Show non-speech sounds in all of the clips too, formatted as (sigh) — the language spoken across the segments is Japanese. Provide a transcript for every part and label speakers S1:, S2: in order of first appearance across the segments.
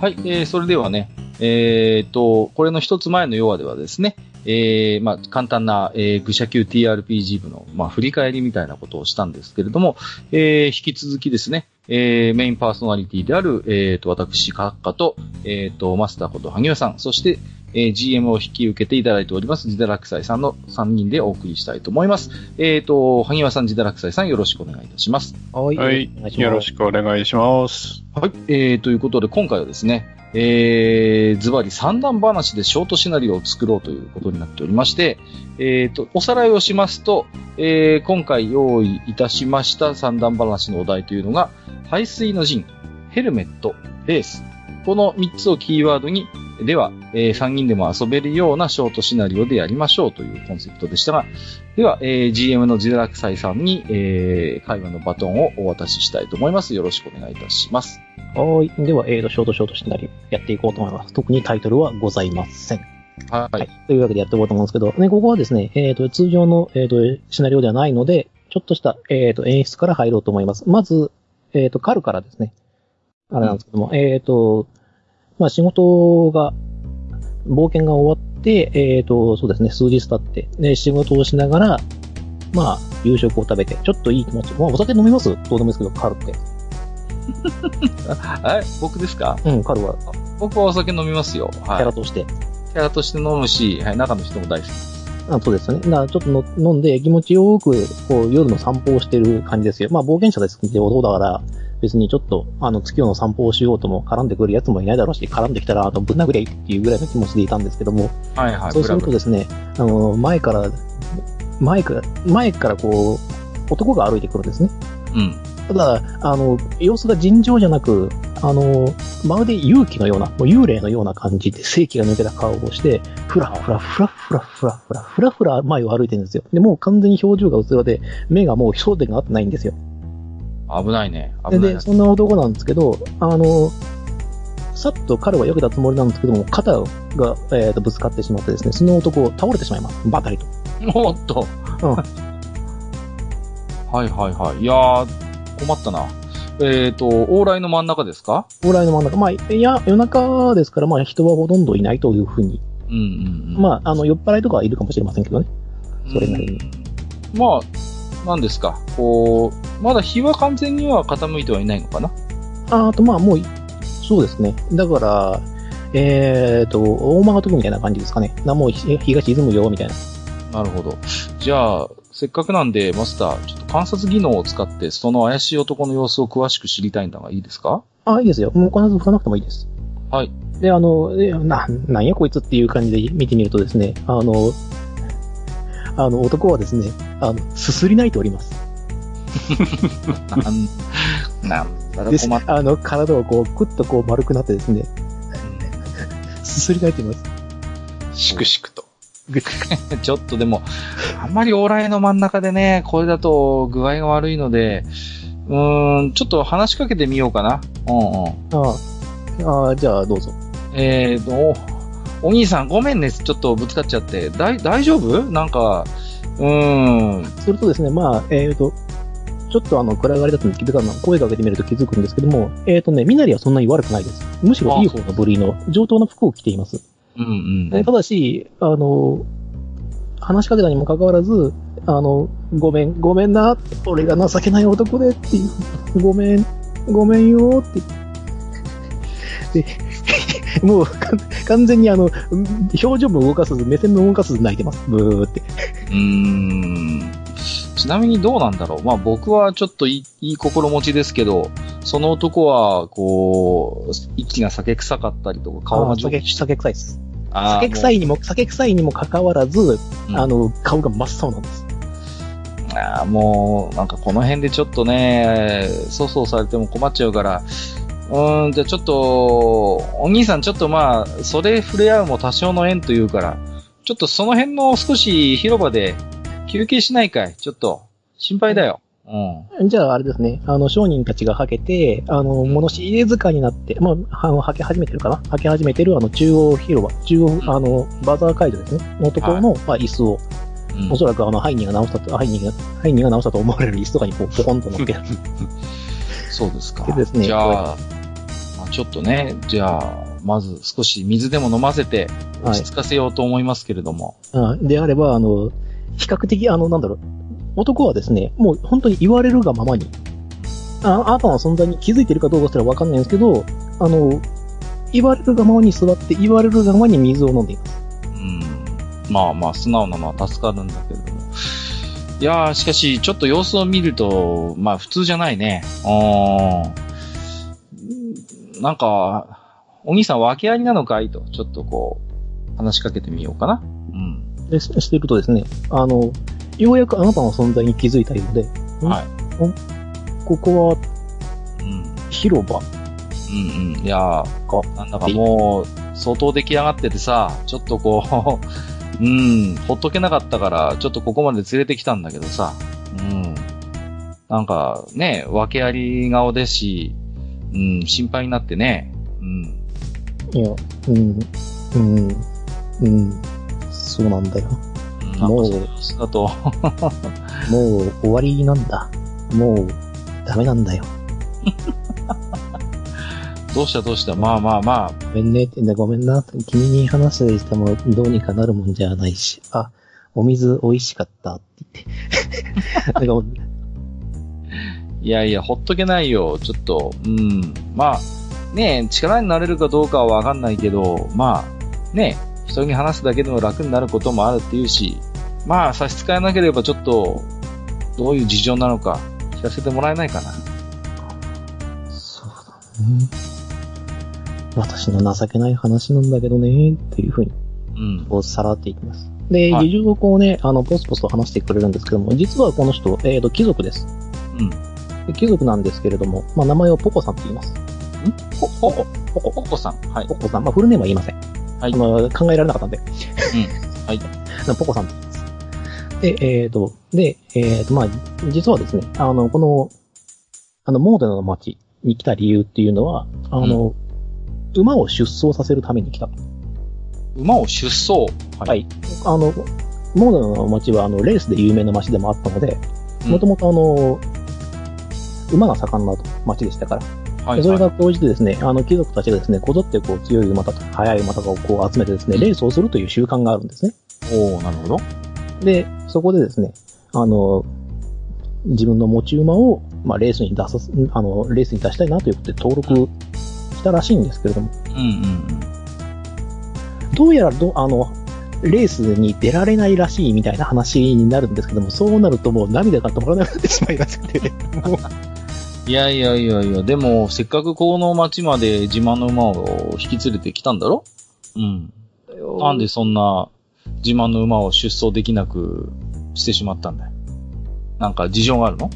S1: はい、えーそれではね、えーっと、これの一つ前の要話ではですね、えーまあ、簡単な、えー、愚者級 TRPG 部の、まあ、振り返りみたいなことをしたんですけれども、えー引き続きですね、えーメインパーソナリティである、えーっと、私、カッカと、えーっと、マスターこと萩尾さん、そして、えー GM を引き受けていただいております、ジダラクサイさんの3人でお送りしたいと思います。えーっと、萩尾さん、ジダラクサイさん、よろしくお願いいたします。
S2: はい
S3: はい。よろしくお願いします。
S1: はい、えー、ということで今回はですね、えー、ズバリ三段話でショートシナリオを作ろうということになっておりまして、えー、と、おさらいをしますと、えー、今回用意いたしました三段話のお題というのが、排水の陣、ヘルメット、レース。この3つをキーワードに、では、え3人でも遊べるようなショートシナリオでやりましょうというコンセプトでしたが、では、えー GM のジダラクサイさんに、えー会話のバトンをお渡ししたいと思います。よろしくお願いいたします。
S2: はい。では、えーと、ショートショートシナリオやっていこうと思います。特にタイトルはございません。
S1: はい。
S2: はい。というわけでやっていこうと思うんですけど、ね、ここはですね、えーと、通常の、えーと、シナリオではないので、ちょっとした、えーと、演出から入ろうと思います。まず、えーと、カルからですね。あれなんですけども、えーと、まあ、仕事が、冒険が終わって、えーと、そうですね、数日経って、で、仕事をしながら、まあ、夕食を食べて、ちょっといい気持ち。まあ、お酒飲みますどうでもいいですけど、カルって。
S1: え、僕ですか
S2: うん、カルは、
S1: 僕はお酒飲みますよ。
S2: キ
S1: は
S2: ャ
S1: い
S2: ラ。として。
S1: キャラとして飲むし、はい、中の人も大好き。
S2: あそうですよね。だからちょっとの飲んで気持ちよく、こう、夜の散歩をしてる感じですよ。まあ、冒険者ですけど、だから、別にちょっと、あの、月夜の散歩をしようとも、絡んでくるやつもいないだろうし、絡んできたら、あとぶん殴りゃいいっていうぐらいの気持ちでいたんですけども、
S1: はいはい。
S2: そうする
S1: ブ
S2: と
S1: ラ
S2: ですね、あの、前から、前から、前からこう、男が歩いてくるんですね。
S1: ブラうん。
S2: ただ、あの、様子が尋常じゃなく、あの、まるで勇気のような、もう幽霊のような感じで、正気が抜けた顔をして、ふらふらふらふらふらふらふらふら前を歩いてるんですよ。で、もう完全に表情がうつろで、目がもう焦点が合ってないんですよ。
S1: 危ないね。危
S2: で
S1: ないね
S2: で、。そんな男なんですけど、あの、さっと彼は避けたつもりなんですけども、肩が、えーとぶつかってしまってですね、その男倒れてしまいます。ばかりと。
S1: (laughs) おっと。
S2: うん
S1: はいはいはい。いやー、困ったな。えっ、と、往来の真ん中ですか
S2: 往来の真ん中。まあ、いや、夜中ですから、まあ人はほとんどいないというふうに。
S1: うんうんうん。あ、
S2: まあ、あの、酔っ払いとかはいるかもしれませんけどね。それなりに
S1: まあ、なんですか。こう、まだ日は完全には傾いてはいないのかな
S2: ああと、まあ、もうい、そうですね。だから、えっ、と、大間が時みたいな感じですかね。なもう日日が沈むよ、みたいな。
S1: なるほど。じゃあ、せっかくなんで、マスター、ちょっと観察技能を使って、その怪しい男の様子を詳しく知りたいんだが、いいですか
S2: ああ、いいですよ。もう必ず吹かなくてもいいです。
S1: はい。
S2: で、あの、でな、なんやこいつっていう感じで見てみるとですね、あの、あの、男はですね、あの、すすり泣いております。
S1: なん、な
S2: (laughs)
S1: んだろ
S2: で
S1: う、
S2: す
S1: 困っ
S2: あの、体をこう、くっとこう丸くなってですね、 (laughs) すすり泣いています。
S3: しくしくと。
S1: た。 (laughs) ちょっとでも、あんまり往来の真ん中でね、これだと具合が悪いので、うーん、ちょっと話しかけてみようかな。うんうん。
S2: ああ、ああ、じゃあどうぞ。
S1: えーと、おお兄さん、ごめんね、ちょっとぶつかっちゃって。だい、大丈夫なんか、うーん、
S2: するとですね、まあ、えっ、と、ちょっとあの、暗がりだったので気づかんの、声かけてみると気づくんですけども、えっ、とね、身なりはそんなに悪くないです。むしろいい方の部類の上等な服を着ています。
S1: うんうん。
S2: ただし、あの、話しかけたにもかかわらず、あの、ごめん、ごめんな、俺が情けない男でっていう、ごめん、ごめんよって。で、 (laughs) もうか完全にあの、表情も動かさず、目線も動かさず泣いてます。ブーって。
S1: うーんちなみにどうなんだろう。まあ僕はちょっといいいい心持ちですけど、その男は、こう、息が酒臭かったりとか、顔が
S2: あ酒酒臭いです。酒臭
S1: い。
S2: いにも、酒臭いにもかかわらず、
S1: うん
S2: あの、顔が真っ青なんです。
S1: あーもう、なんかこの辺でちょっとね、粗相されても困っちゃうから、うーん、じゃあちょっと、お兄さんちょっとまあ、それ触れ合うも多少の縁というから、ちょっとその辺の少し広場で休憩しないかいちょっと、心配だよ。うん。
S2: じゃあ、あれですね、あの、商人たちがはけて、あの、物知れ塚になって、まあ、あの、はけ始めてるかなはけ始めてる、あの、中央広場、中央、あの、バザー会場ですね、のところの、まあ、椅子を、
S1: うん
S2: おそらく、あの、ハイニーが直したと、ハイニーが、ハイニーが直したと
S1: (laughs)
S2: 思われる椅子とかに、こう、ポコンと乗って、
S1: そうですか。
S2: でですね
S1: じゃあ、まあちょっとね、じゃあ、まず少し水でも飲ませて、
S2: は
S1: 落
S2: い
S1: ち着かせようと思いますけれども。
S2: あ。であれば、あの、比較的、あの、なんだろう、男はですね、もう本当に言われるがままに、ああなたの存在に気づいているかどうかすらわかんないんですけど、あの、言われるがままに座って、言われるがままに水を飲んでいます。
S1: うん。まあまあ、素直なのは助かるんだけれども。いやー、しかし、ちょっと様子を見ると、まあ、普通じゃないね。うーん。なんか、お兄さん、訳ありなのかいと、ちょっとこう、話しかけてみようかな。うん。
S2: で、ししてるとですね、あの、ようやくあなたの存在に気づいたようで、ん
S1: はい。
S2: ここは
S1: うん。
S2: 広場。
S1: うんうん。いやー、なんだかもう、相当出来上がっててさ、ちょっとこう、 (laughs) うん、ほっとけなかったから、ちょっとここまで連れてきたんだけどさ、うん。なんか、ね、訳あり顔ですし、うん、心配になってね、うん。
S2: いや、うん、うん、うん、そうなんだよ。
S1: うんなんか
S2: もう
S1: その様子だと、 (laughs)
S2: もう終わりなんだ。もう、ダメなんだよ。
S1: どうしたどうした、まあまあまあ、
S2: ごめんねって、ごめんな。君に話してもどうにかなるもんじゃないし。あ、お水美味しかったって言って。なん (laughs) かもう
S1: いやいや、ほっとけないよ、ちょっと。うん。まあ、ねえ、力になれるかどうかはわかんないけど、まあ、ねえ、人に話すだけでも楽になることもあるっていうし、まあ、差し支えなければちょっと、どういう事情なのか、聞かせてもらえないかな。
S2: そうだね。私の情けない話なんだけどね、っていうふうに、
S1: うん。
S2: こうさらっていきます。で、
S1: はい
S2: 事情をこうね、あの、ポスポスと話してくれるんですけども、実はこの人、えーと、貴族です。
S1: うん。
S2: で貴族なんですけれども、まあ、名前をポコさんと言います。
S1: ほ、ほこ、ほこ、ほこさん。はい
S2: ポ。コさん、まあ、フルネームは言いません。
S1: はい
S2: あの考えられなかったんで。
S1: はい。
S2: (laughs) なポコさんと言います。で、えっ、と、で、えっ、と、まあ、実はですね、あの、この、あの、モーデナの町に来た理由っていうのは、あの、馬を出走させるために来た。
S1: 馬を出走。
S2: はいあの、モーデナの町は、あの、レースで有名な町でもあったので、
S1: うん
S2: もともとあの、馬が盛んな町でしたから、
S1: は
S2: で
S1: い。
S2: それ
S1: はい
S2: が講じてですね、あの、貴族たちがですね、こぞってこう、強い馬とか、速い馬とかをこう集めてですね、レースをするという習慣があるんですね。
S1: おー、なるほど。
S2: で、そこでですね、あの、自分の持ち馬を、まあ、レースに出さす、あの、レースに出したいなということで登録したらしいんですけれども、
S1: うんうん
S2: どうやらど、あの、レースに出られないらしいみたいな話になるんですけども、そうなるともう涙が止まらなくなってしまいまして、もう
S1: うん。いやいやいやいや、でも、せっかくこの町まで自慢の馬を引き連れてきたんだろうん。なんでそんな自慢の馬を出走できなくしてしまったんだいなんか事情があるの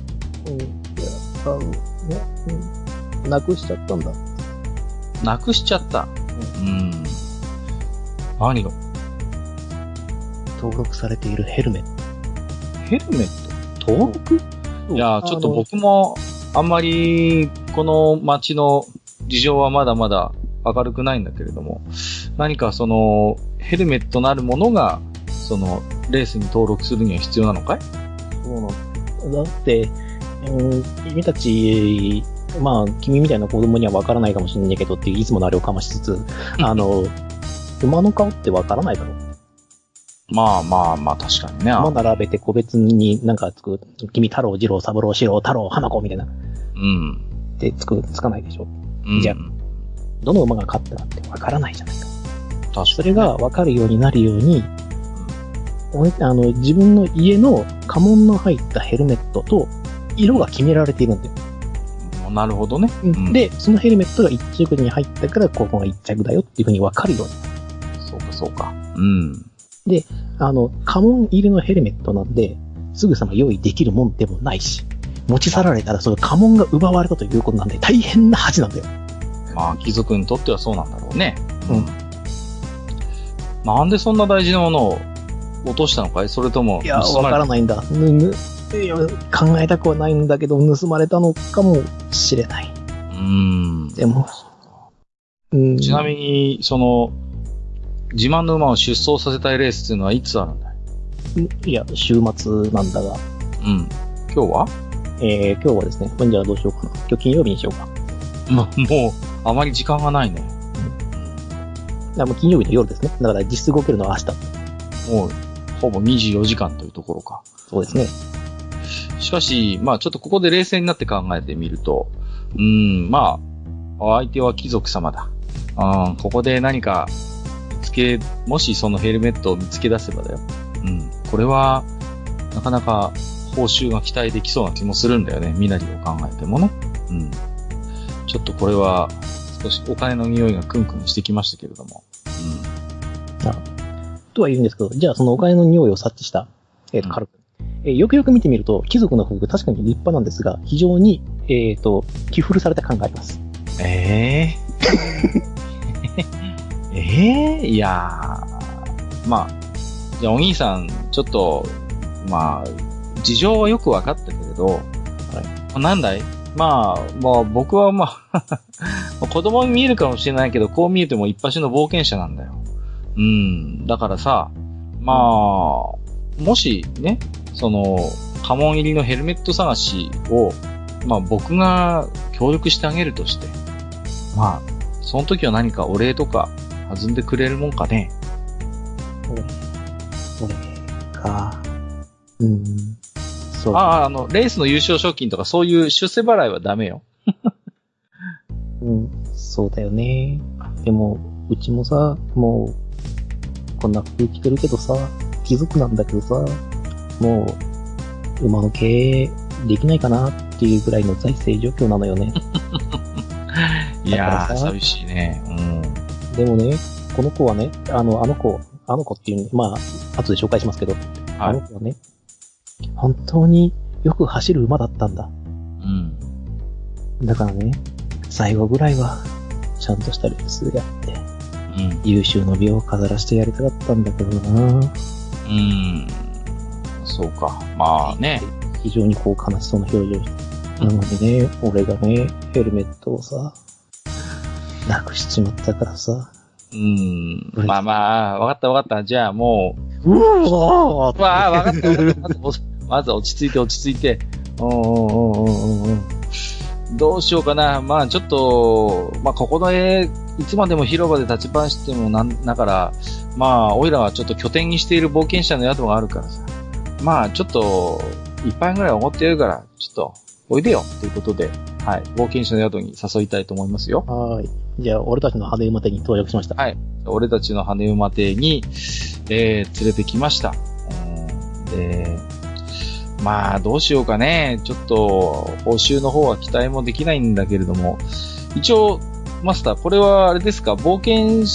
S2: うんいやあのねうんなくしちゃったんだ。
S1: なくしちゃった。うん。何が
S2: 登録されているヘルメッ
S1: ヘルメット登録
S2: ト。
S1: いや、ちょっと
S2: あの
S1: 僕もあんまりこの街の事情はまだまだ明るくないんだけれども、何かそのヘルメットなるものがそのレースに登録するには必要なのかい
S2: そうなんだって、うん、君たち、まあ、君みたいな子供にはわからないかもしれないけどっていう、いつものあれをかましつつ、あの、馬の顔ってわからないだろう。
S1: まあまあまあ確かにね。
S2: 馬並べて個別になんかつく、君太郎、二郎、三郎、四郎、太郎、花子みたいな、
S1: うん。
S2: ってつく、つかないでしょ。
S1: うん、
S2: じゃあ
S1: 確
S2: どの馬が勝ったかってわからないじゃないか。
S1: かにね
S2: それがわかるようになるように、おあの、自分の家の家紋の入ったヘルメットと、色が決められているんだよ。
S1: なるほどね。うん
S2: で、そのヘルメットが一着に入ったから、ここが一着だよっていうふうに分かるように。
S1: そうか、そうか。うん。
S2: あの、家紋入りのヘルメットなんで、すぐさま用意できるもんでもないし、持ち去られたらその家紋が奪われたということなんで、大変な恥なんだよ。
S1: まあ、貴族にとってはそうなんだろうね。
S2: うん。
S1: なんでそんな大事なものを落としたのかいそれとも、
S2: いや、
S1: 盗ま
S2: 分か
S1: れ
S2: らないんだ。ぬ、ぬ、いや考えたくはないんだけど、盗まれたのかもしれない。
S1: うん。
S2: でも、うん。
S1: ちなみに、その、自慢の馬を出走させたいレースっていうのはいつあるんだい
S2: に、いや、週末なんだが、
S1: うん。今日は
S2: えー、今日はですね、ほんじゃあどうしようかな。今日金曜日にしようか。
S1: (laughs) ま、もう、あまり時間がないね。
S2: あもう金曜日の夜ですね。だから実質動けるのは明日。
S1: もう、ほぼ24時間というところか。
S2: そうですね。
S1: しかし、まあちょっとここで冷静になって考えてみると、うーん、まあ、お相手は貴族様だ。うん、ここで何か見つけ、もしそのヘルメットを見つけ出せばだよ。うん、これは、なかなか報酬が期待できそうな気もするんだよね。身なりを考えてもね。うん。ちょっとこれは、少しお金の匂いがクンクンしてきましたけれども。うん。
S2: とは言うんですけど、じゃあそのお金の匂いを察知した、えっ、と、
S1: うん
S2: カル君。えーよくよく見てみると、貴族の服、確かに立派なんですが、非常に、えっ、と、寄付された感があります。
S1: ええ (laughs) ええいやーまあ、じゃあお兄さん、ちょっと、まあ、事情はよく分かったけれど、なんだいまあ、まあ僕はまあ、 (laughs) 子供に見えるかもしれないけど、こう見えても一発の冒険者なんだよ。うん、だからさ、まあ、もしね、その、家紋入りのヘルメット探しを、まあ僕が協力してあげるとして、まあ、その時は何かお礼とか弾んでくれるもんかね。
S2: これか。うーん。そう。
S1: ああ、あの、レースの優勝賞金とかそういう出世払いはダメよ。
S2: うん、そうだよね。でも、うちもさ、もう、こんな服着てるけどさ、貴族なんだけどさ、もう、馬の経営できないかなっていうぐらいの財政状況な
S1: (laughs)
S2: のよね。
S1: いやー、寂しいね。うん。
S2: でもね、この子はね、あの、あの子、あの子っていう、まあ、後で紹介しますけど、あの
S1: はい。
S2: 子はね、本当によく走る馬だったんだ。
S1: うん。
S2: だからね、最後ぐらいは、ちゃんとしたレースやって、
S1: うん。
S2: 優秀の美を飾らせてやりたかったんだけどな
S1: うん。そうか。まあね。
S2: 非常にこう悲しそうな表情。なのにね、俺がね、ヘルメットをさ、なくしちまったからさ。
S1: うん。まあまあ、わかったわかった。じゃあも
S2: うわ
S1: う、わあ、わかったわかった。まず落ち、まず落ち着いて落ち着いて。うんうんうんうんうんうん。どうしようかな。まあちょっと、まあここの絵、いつまでも広場で立ち話してもなんだから、まあ、おいらはちょっと拠点にしている冒険者の宿があるからさ。まあちょっと、一杯ぐらいおごってやるから、ちょっと、おいでよ、ということで、はい、冒険者の宿に誘いたいと思いますよ。
S2: はーい。じゃあ、俺たちの羽馬手に到着しました。
S1: はい俺たちの羽馬邸に、えー連れてきました。うんで、まあ、どうしようかね。ちょっと、報酬の方は期待もできないんだけれども、一応、マスター、これはあれですか、冒険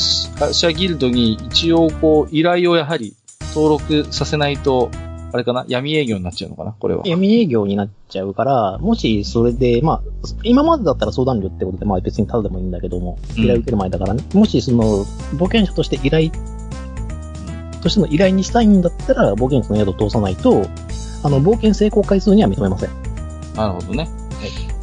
S1: 者ギルドに一応、こう、依頼をやはり登録させないと、あれかな闇営業になっちゃうのかなこれは。
S2: 闇営業になっちゃうから、もしそれで、まあ、今までだったら相談料ってことで、まあ別にただでもいいんだけども、
S1: うん
S2: 依頼受ける前だからね、もしその、冒険者として依頼、としての依頼にしたいんだったら、冒険者の宿を通さないと、あの、冒険成功回数には認めません。
S1: なるほどね。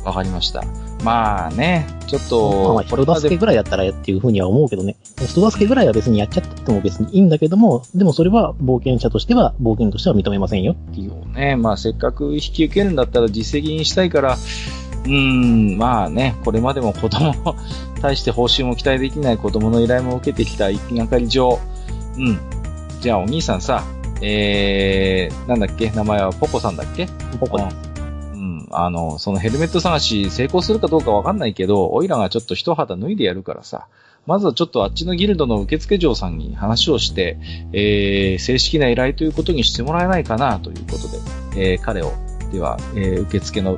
S1: わかりました。まあね、ちょっと、
S2: まあ、人助けぐらいだったらっていうふうには思うけどね。人助けぐらいは別にやっちゃっても別にいいんだけども、でもそれは冒険者としては、冒険としては認めませんよっていう。
S1: ね、まあせっかく引き受けるんだったら実績にしたいから、うーん、まあね、これまでも子供、対して報酬も期待できない子供の依頼も受けてきた一気がかり上、うん。じゃあお兄さんさ、えー、なんだっけ名前はポコさんだっけ
S2: ここで。
S1: うん、あの、そのヘルメット探し成功するかどうかわかんないけど、オイラがちょっと一肌脱いでやるからさ、まずはちょっとあっちのギルドの受付嬢さんに話をして、えー、正式な依頼ということにしてもらえないかなということで、えー、彼を、では、えー、受付の、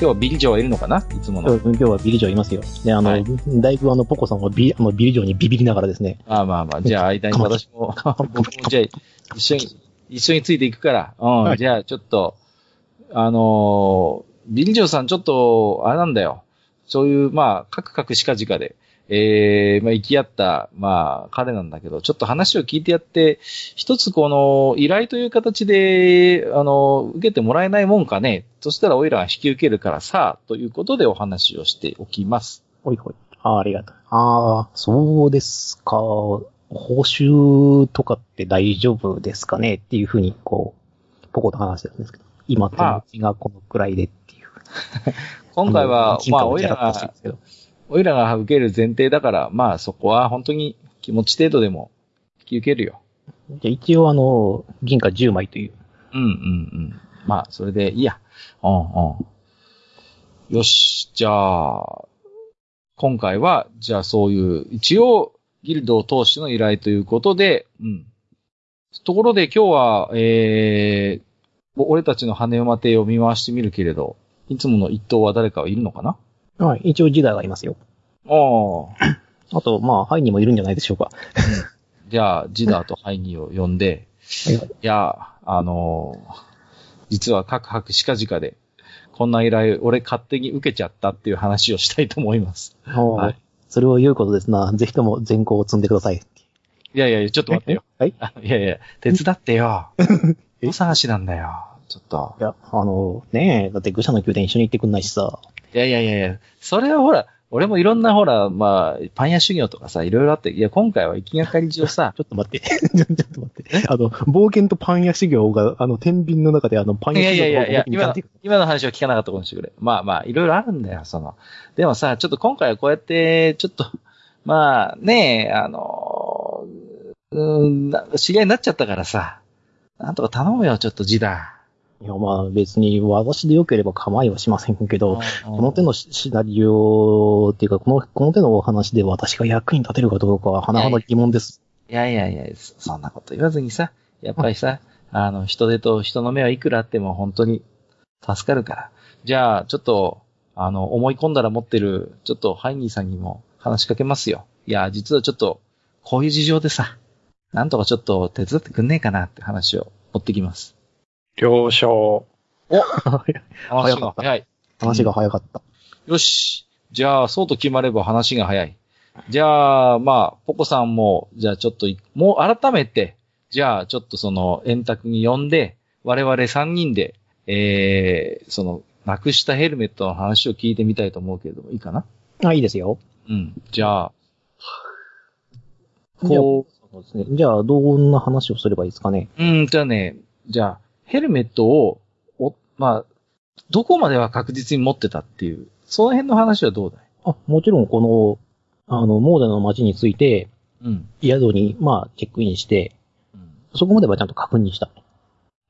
S1: 今日はビリ嬢はいるのかないつもの。
S2: 今日はビリジョいますよ。で、あの、
S1: はい
S2: だいぶあの、ポコさんはビあのビリジョにビビりながらですね。
S1: まあまあまあ、じゃあ間に私も、僕もじゃあ一緒に、一緒についていくから、うん、
S2: はい
S1: じゃあちょっと、あのービリジョーさんちょっと、あれなんだよ。そういう、まあ、カクカクしかじかで、ええまあ、行き合った、まあ、彼なんだけど、ちょっと話を聞いてやって、一つこの、依頼という形で、あの、受けてもらえないもんかね。そしたら、オイラは引き受けるからさ、ということでお話をしておきます。
S2: ほいほい。あーありがとう。ああ、そうですか。報酬とかって大丈夫ですかねっていうふうに、こう、ポコと話してるんですけど、今手持ちがこのくらいでっていう。
S1: 今回は、まあ、オイラが、
S2: が、
S1: おいらが受ける前提だから、まあそこは本当に気持ち程度でも引き受けるよ。
S2: じゃあ一応あの、銀貨10枚という。
S1: うんうんうん。まあそれでいいや。うんうん。よし、じゃあ、今回は、じゃあそういう、一応、ギルドを通しての依頼ということで、うん。ところで今日は、えー、お俺たちの羽馬亭を見回してみるけれど、いつもの一等は誰かいるのかな
S2: はい、一応ジダーがいますよ。
S1: ああ。
S2: あと、まあ、ハイにもいるんじゃないでしょうか。
S1: じゃあ、ジダーとハイニーを呼んで、
S2: はい
S1: い
S2: はい
S1: や、あのー実は各白しかじかで、こんな依頼俺勝手に受けちゃったっていう話をしたいと思います。
S2: はいそれを言うことですな。ぜひとも善行を積んでください。
S1: いやいや、ちょっと待ってよ。
S2: はい。
S1: あいやいや、手伝ってよ。お探しなんだよ。ちょっと。
S2: いや、あの、ねえ、だって愚者の宮殿一緒に行ってくんないしさ。
S1: いやいやいやいや、それはほら、俺もいろんなほら、まあ、パン屋修行とかさ、いろいろあって、いや、今回は行きがかり上さ、
S2: ちょっと待って。 (laughs) ちょっと待って。あの、冒険とパン屋修行が、あの、天秤の中で、あの、パン
S1: いや
S2: 屋
S1: い
S2: 修
S1: やい
S2: 行
S1: やいや、今
S2: が
S1: の、今の話を聞かなかったことにしてくれ。まあまあ、いろいろあるんだよ、その。でもさ、ちょっと今回はこうやって、ちょっと、まあ、ねえ、あの、うーんな、知り合いになっちゃったからさ、なんとか頼むよ、ちょっと字だ。
S2: いや、まあ、別に、私で良ければ構いはしませんけど、この手のシシナリオっていうか、この、この手のお話で私が役に立てるかどうかは、甚だ疑問です。
S1: いやいやいや、そそんなこと言わずにさ、やっぱりさ、あの、人手と人の目はいくらあっても本当に助かるから。じゃあ、ちょっと、あの、思い込んだら持ってる、ちょっとハイニーさんにも話しかけますよ。いや、実はちょっと、こういう事情でさ、なんとかちょっと手伝ってくんねえかなって話を持ってきます。
S3: 了承。
S1: 話
S2: か
S1: が
S2: った
S1: 早い。
S2: 話が早かった。
S1: よし。じゃあ、そうと決まれば話が早い。じゃあ、まあ、ポコさんも、じゃあちょっとい、もう改めて、じゃあ、ちょっとその、円卓に呼んで、我々3人で、えー、その、なくしたヘルメットの話を聞いてみたいと思うけれども、いいかな
S2: あ、いいですよ。
S1: うん。じゃあ、こ
S2: そうですね。じゃあ、どんな話をすればいいですかね。
S1: う、うんとね、じゃあ、ヘルメットを、お、まあ、どこまでは確実に持ってたっていう、その辺の話はどうだい
S2: あ、もちろん、この、あの、モーダの街について、
S1: うん。
S2: 宿に、まあ、チェックインして、
S1: うん
S2: そこまではちゃんと確認した。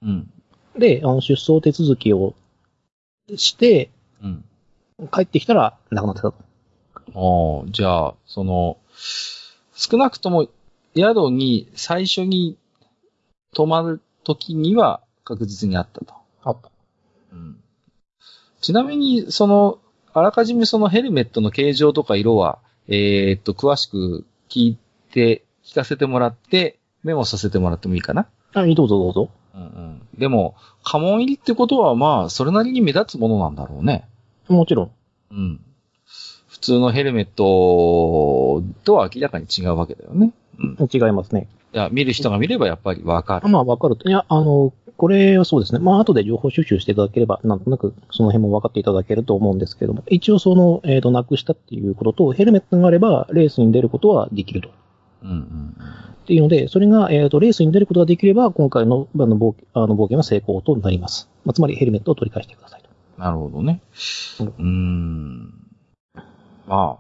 S1: うん。
S2: で、あの、出走手続きをして、
S1: うん。
S2: 帰ってきたら、亡くなってたと。
S1: ああ、じゃあ、その、少なくとも宿に最初に泊まる時には確実にあったと。
S2: あった。
S1: うん、ちなみに、その、あらかじめそのヘルメットの形状とか色は、えーっと、詳しく聞いて、聞かせてもらって、メモさせてもらってもいいかな。
S2: あ、いいどうぞどうぞ。
S1: うんうん、でも、家紋入りってことはまあ、それなりに目立つものなんだろうね。
S2: もちろん。
S1: うん。普通のヘルメットとは明らかに違うわけだよね。うん。
S2: 違いますね。
S1: いや、見る人が見ればやっぱりわかる。
S2: まあ、わかると。いや、あの、これはそうですね。まあ、後で情報収集していただければ、なんとなく、その辺も分かっていただけると思うんですけども、一応その、えっ、と、なくしたっていうことと、ヘルメットがあれば、レースに出ることはできると。
S1: うんうん
S2: っていうので、それが、えっ、と、レースに出ることができれば、今回の、あの、冒険あの冒険は成功となります。まあ、つまり、ヘルメットを取り返してくださいと。
S1: うん。なるほどね。う
S2: うん
S1: ーん。まあ、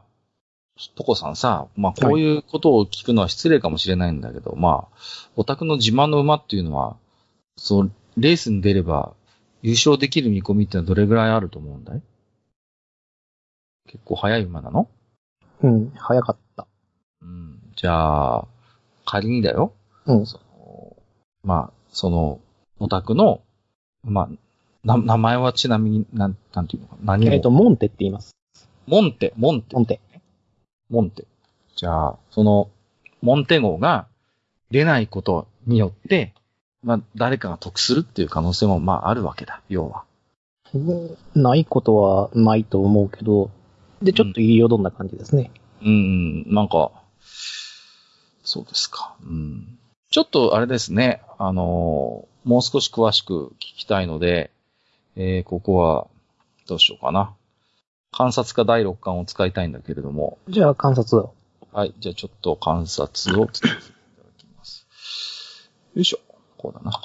S1: ポコさんさ、まあこういうことを聞くのは失礼かもしれないんだけど、まあ、オタクの自慢の馬っていうのは、そう、レースに出れば優勝できる見込みってのはどれぐらいあると思うんだい結構速い馬なの
S2: うん、早かった。
S1: うん。じゃあ、仮にだよ。
S2: うん
S1: そのまあ、その、オタクの、まあ、な、名前はちなみに、なん、なんていうのかな。何を、
S2: えっ、と、モンテって言います。
S1: モンテ、モンテ
S2: モ、ンテ。
S1: モンテ。じゃあ、その、モンテ号が出ないことによって、まあ、誰かが得するっていう可能性も、まあ、あるわけだ、要は。
S2: ないことはないと思うけど、で、ちょっと言いよどんな感じですね。
S1: うん、なんか、そうですか。うん。ちょっとあれですね、あのーもう少し詳しく聞きたいので、えーここは、どうしようかな。観察か第六感を使いたいんだけれども、
S2: じゃあ、観察を。
S1: はい、じゃあちょっと観察を (coughs) 使わせていただきます。よいしょ、こうだな。よ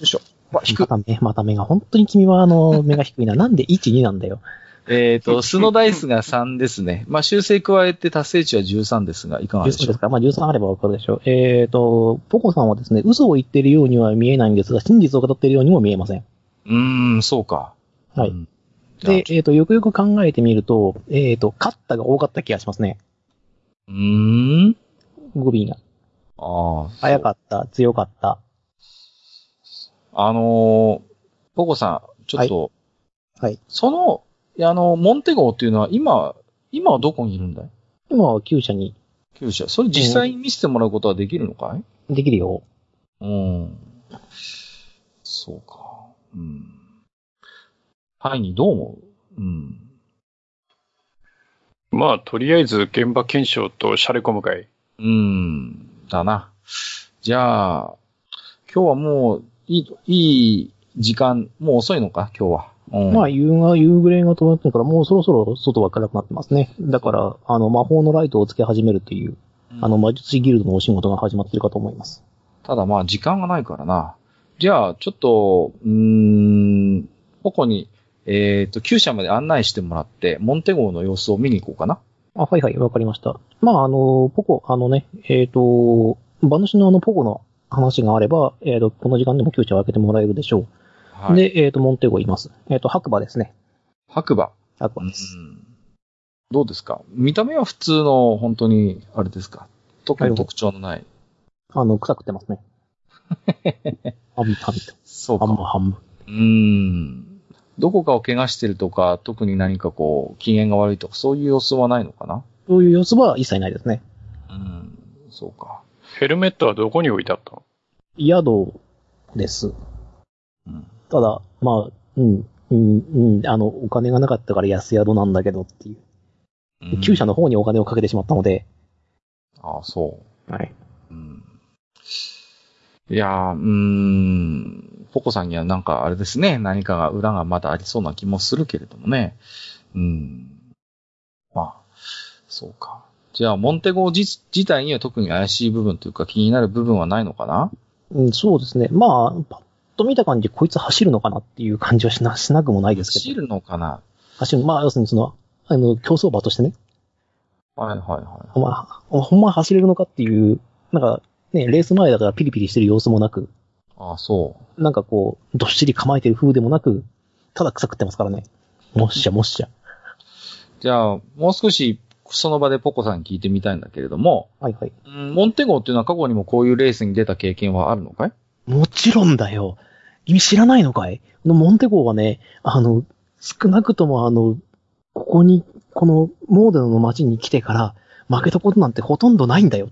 S1: いしょ、わ、引く (laughs)
S2: (laughs) ま。た目、また目が、本当に君はあの、目が低いな。なんで1、2なんだよ。
S1: えっと、素のダイスが3ですね。まあ、修正加えて達成値は13ですが、いかがでし
S2: 13
S1: ょ
S2: で
S1: う
S2: すかまあ13あればわかるでしょう。えっ、と、ポコさんはですね、嘘を言ってるようには見えないんですが、真実を語っているようにも見えません。
S1: うーん、そうか。
S2: はい
S1: うん。じゃあ
S2: で、えっ、と、よくよく考えてみると、えっ、と、勝ったが多かった気がしますね。
S1: うーん。
S2: 語尾が。
S1: ああ。
S2: 早かった、強かった。
S1: あのー、ポコさん、ちょっと、
S2: はいはい
S1: その、いやあの、モンテ号っていうのは今、今はどこにいるんだい
S2: 今は旧社に
S1: 旧社。それ実際に見せてもらうことはできるのかい
S2: できるよ。
S1: うん。そうか。うん。ハイにどう思ううん。
S3: まあ、とりあえず現場検証とシャレコム会。
S1: うん。だな。じゃあ、今日はもう、いい、いい時間、もう遅いのか今日は。うん。
S2: まあ、夕が、夕暮れが止まってるから、もうそろそろ外は暗くなってますね。だから、あの、魔法のライトをつけ始めるという、あの、魔術師ギルドのお仕事が始まってるかと思います。
S1: ただまあ時間がないからな。じゃあ、ちょっと、うーん、ここに、えっ、と、旧社まで案内してもらって、モンテ号の様子を見に行こうかな。
S2: あ、はいはい、わかりました。まあ、あの、ポコ、あのね、えっ、と、馬主のあの、ポコの話があれば、えっ、と、この時間でも救車を開けてもらえるでしょ
S1: は
S2: う。
S1: い。
S2: で、えっ、と、モンテゴいます。えっ、と、白馬ですね。
S1: 白馬。
S2: 白馬
S1: う
S2: です。
S1: んどうですか見た目は普通の、本当に、あれですか特に特徴のない。
S2: あの、臭くってますね。あんたんと。
S1: そう
S2: あん
S1: か。
S2: まはんま。
S1: うーん。どこかを怪我してるとか、特に何かこう、機嫌が悪いとか、そういう様子はないのかな
S2: そういう様子は一切ないですね。
S1: うん。そうか。
S3: ヘルメットはどこに置いてあったの
S2: 宿です。
S1: うん。
S2: ただ、まあ、うん、うん、うん、あの、お金がなかったから安宿なんだけどっていうう。
S1: ん
S2: 旧社の方にお金をかけてしまったので、
S1: ああ、そう。
S2: はい。
S1: うんいやー、うーん、ポコさんにはなんかあれですね、何かが裏がまだありそうな気もするけれどもね。うん。まあ、そうか。じゃあ、モンテゴ自自体には特に怪しい部分というか気になる部分はないのかな
S2: うん、そうですね。まあ、パッと見た感じ、こいつ走るのかなっていう感じはしな、しなくもないです
S1: 知
S2: けど。
S1: るのかな
S2: 走る。まあ、要するにその、あの、競走馬としてね、
S1: はいはいは
S2: お前、お前ほんま走れるのかっていう、なんか、ね、レース前だからピリピリしてる様子もなく、
S1: い。ああ、そ
S2: なんかこう、どっしり構えてる風でもなく、ただ臭くってますからね。もっしゃもっしゃ。
S1: う。じゃあ、もう少しその場でポコさんに聞いてみたいんだけれども、
S2: はいはい。
S1: うんモンテゴっていうのは過去にもこういうレースに出た経験はあるのかい
S2: もちろんだよ。君知らないのかいこのモンテ号はね、あの、少なくともあの、ここに、このモーデルの街に来てから、負けたことなんてほとんどないんだよ。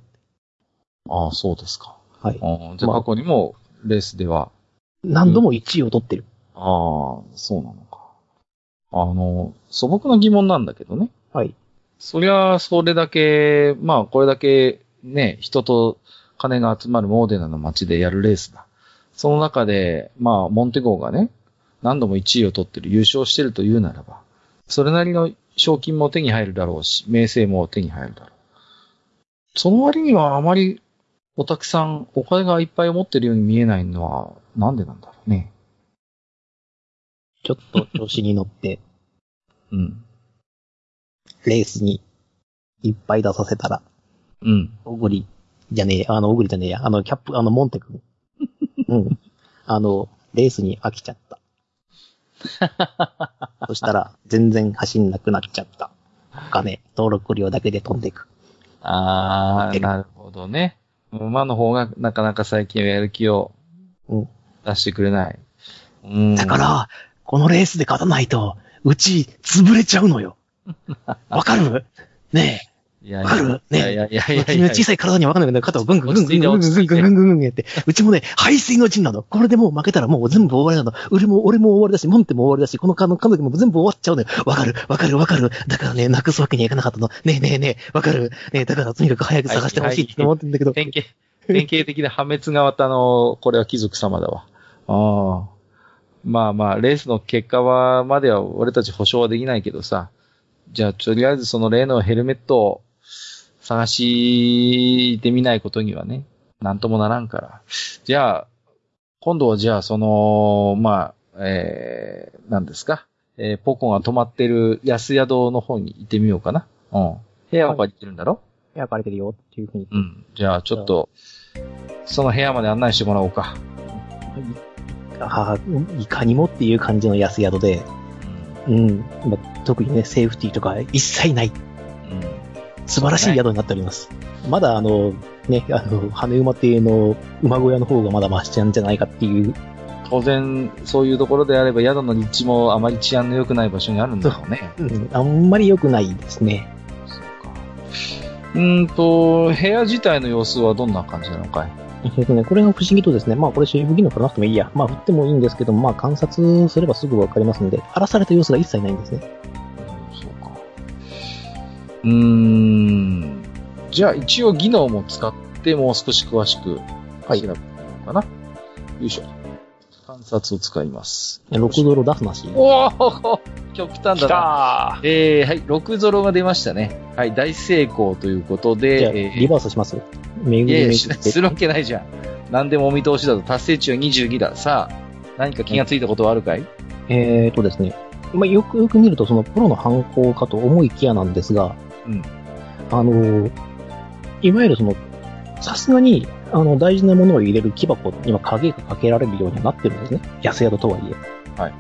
S1: ああ、そうですか。
S2: はい。
S1: あーじゃ
S2: ま
S1: あ
S2: あ
S1: 過去にもレースでは、
S2: 何度も1位を取ってる。
S1: ああ、そうなのか。あの、素朴な疑問なんだけどね。
S2: はい。
S1: そりゃ、それだけ、まあ、これだけ、ね、人と金が集まるモーデナの街でやるレースだ。その中で、まあ、モンテゴーがね、何度も1位を取ってる、優勝してるというならば、それなりの賞金も手に入るだろうし、名声も手に入るだろう。その割にはあまり、おたくさん、お金がいっぱい持ってるように見えないのは、なんでなんだろうね。
S2: ちょっと調子に乗って、
S1: うん。
S2: レースにいっぱい出させたら、
S1: うん。
S2: おぐり、じゃねえ、あの、おぐりじゃねえや、あの、キャップ、あの、モンテ
S1: (laughs)
S2: 君。うん。あの、レースに飽きち
S1: (laughs)
S2: ゃった。そしたら、全然走んなくなっちゃった。お金、登録料だけで飛んでいく。
S1: あ
S2: 持っ
S1: あ、
S2: てる
S1: なるほどね。馬の方がなかなか最近はやる気を
S2: うん
S1: 出してくれない。うん
S2: だか、ら、このレースで勝たないと、うち、潰れちゃ
S1: (laughs)
S2: うのよ。わかるね
S1: いやい
S2: わかるね
S1: やいやいやい
S2: え。
S1: やい
S2: 君の
S1: や。
S2: 小さい体にわかんないけど、肩をぐんぐんぐ
S1: 落
S2: ん
S1: ち
S2: ぐ
S1: 着いて
S2: んぐんぐ
S1: 落ち着
S2: ん
S1: いて
S2: ぐんぐんぐんぐんやって、うちもね、排水の陣なの。これでもう負けたらもう全部終わりなの。俺も俺も終わりだし、モンテも終わりだし、この彼の彼女も全部終わっちゃうのよ。わかる、わかる、わかる。だからね、なくすわけにはいかなかったの。ねえねえねえ、わかる。ねえ、だからとにかく早く探してほしいって思ってんだけど、
S1: 典型、典型的な破滅がまたあの、これは貴族様だわ。ああ。まあまあ、レースの結果は、までは俺たち保証はできないけどさ。じゃあ、とりあえずその例のヘルメットを探してみないことにはね、なんともならんから。じゃあ、今度はじゃあ、その、まあ、えー、なんですか。えーポコが泊まってる安宿の方に行ってみようかな。うん。部屋を借りてるんだろ、
S2: 部屋借りてるよっていうふうに。
S1: うん。じゃあ、ちょっと、その部屋まで案内してもらおうか。
S2: ああ、いかにもっていう感じの安宿で、うん。まあ、特にね、セーフティーとか一切ない。
S1: うん。
S2: 素晴らしい宿になっております。まだあの、ね、あの、羽馬邸の馬小屋の方がまだマシちゃんじゃないかっていう、
S1: 当然、そういうところであれば、宿の立地もあまり治安の良くない場所にあるんだろうね。
S2: うん、あんまり良くないですね。
S1: そうか。うーんと、部屋自体の様子はどんな感じなのかい
S2: えっとね、これが不思議とですね、まあこれシェイフ技能振らなくてもいいや。まあ振ってもいいんですけど、まあ観察すればすぐわかりますんで、荒らされた様子が一切ないんですね。
S1: そうか。うーん。じゃあ、一応技能も使って、もう少し詳しく
S2: はい
S1: 調べてみようかな。よいしょ。観察を使います。
S2: 6ドルを出すなし。
S1: おお極端だ
S3: 来
S1: な。
S3: た
S1: えー、はい、6ゾロが出ましたね。はい、大成功ということ
S2: じゃ
S1: で
S2: あ、、
S1: えー
S2: リバースします。巡
S1: いや
S2: り
S1: いや
S2: 巡
S1: し (laughs) ないするわけないじゃん。何でもお見通しだと、達成値は22だ。さあ、何か気がついたことはあるかい、
S2: えー、とですね、まあ、よくよく見ると、そのプロの犯行かと思いきやなんですが、
S1: うん
S2: あのー、いわゆるその、さすがに、あの、大事なものを入れる木箱、今、鍵がかけられるようにはなってるんですね。安宿とはいえ。
S1: はい。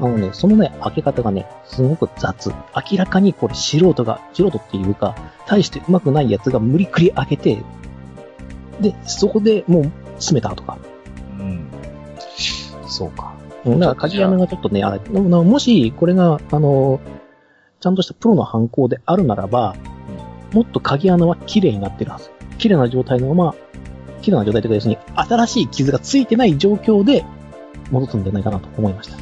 S2: あのね、そのね、開け方がね、すごく雑。明らかにこれ素人が、素人っていうか、大してうまくないやつが無理くり開けて、で、そこでもう詰めたとか。
S1: うん、そうか。
S2: うんだから鍵穴がちょっとね、あれ、でもなもしこれが、あの、ちゃんとしたプロの犯行であるならば、もっと鍵穴は綺麗になってるはず。綺麗な状態のまま、綺麗な状態というか要するに、新しい傷がついてない状況で戻すんじゃないかなと思いました。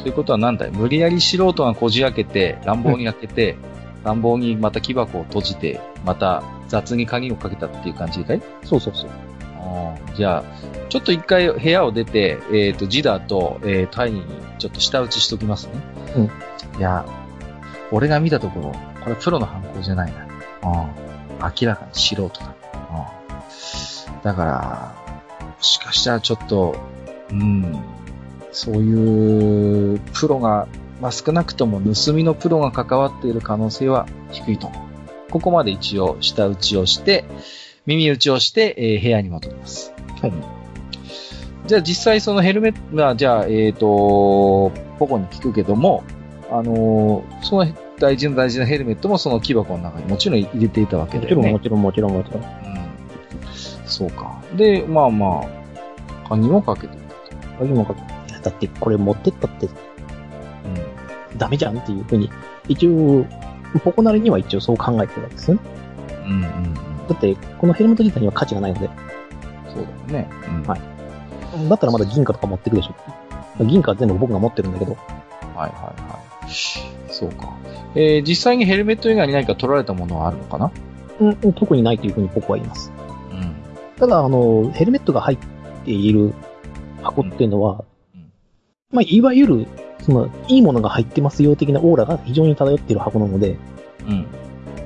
S1: ということは何だい無理やり素人がこじ開けて、乱暴に開けて、乱暴にまた木箱を閉じて、また雑に鍵をかけたっていう感じかい
S2: そうそうそう。
S1: あーじゃあ、ちょっと一回部屋を出て、えっ、と、ジダーと、えータイにちょっと下打ちしときますね。うん。いや、俺が見たところ、これプロの犯行じゃないな。うん。明らかに素人だ。うん。だから、もしかしたらちょっと、うん、そういうプロが、まあ、少なくとも盗みのプロが関わっている可能性は低いと思う。ここまで一応下打ちをして、耳打ちをして、えー部屋に戻ります。
S2: はい
S1: うん。じゃあ実際そのヘルメット、まあ、じゃあ、えっ、と、ポコに聞くけども、あのーその大事な大事なヘルメットもその木箱の中にもちろん入れていたわけ
S2: も
S1: だ
S2: ち
S1: よ
S2: ろん、
S1: ね
S2: も。ちろん、もちろん、もちろん。
S1: うん。そうか。で、まあまあ、鍵もかけていたと。
S2: 鍵もかけいやだってこれ持ってったって
S1: うん。
S2: ダメじゃんっていうふうに、一応、ここなりには一応そう考えてるわけですね。
S1: うんうんうん。
S2: だって、このヘルメット自体には価値がないので、
S1: そうだよね。うん
S2: はいだったらまだ銀貨とか持ってくでしょ。銀貨は全部僕が持ってるんだけど。
S1: はいはいはい。そうか。えー実際にヘルメット以外に何か取られたものはあるのかな
S2: うん、特にないというふうに僕は言います。
S1: うん。
S2: ただ、あの、ヘルメットが入っている箱っていうのは、
S1: うん
S2: まあ、いわゆる、その、いいものが入ってますよ的なオーラが非常に漂っている箱なので、
S1: うん。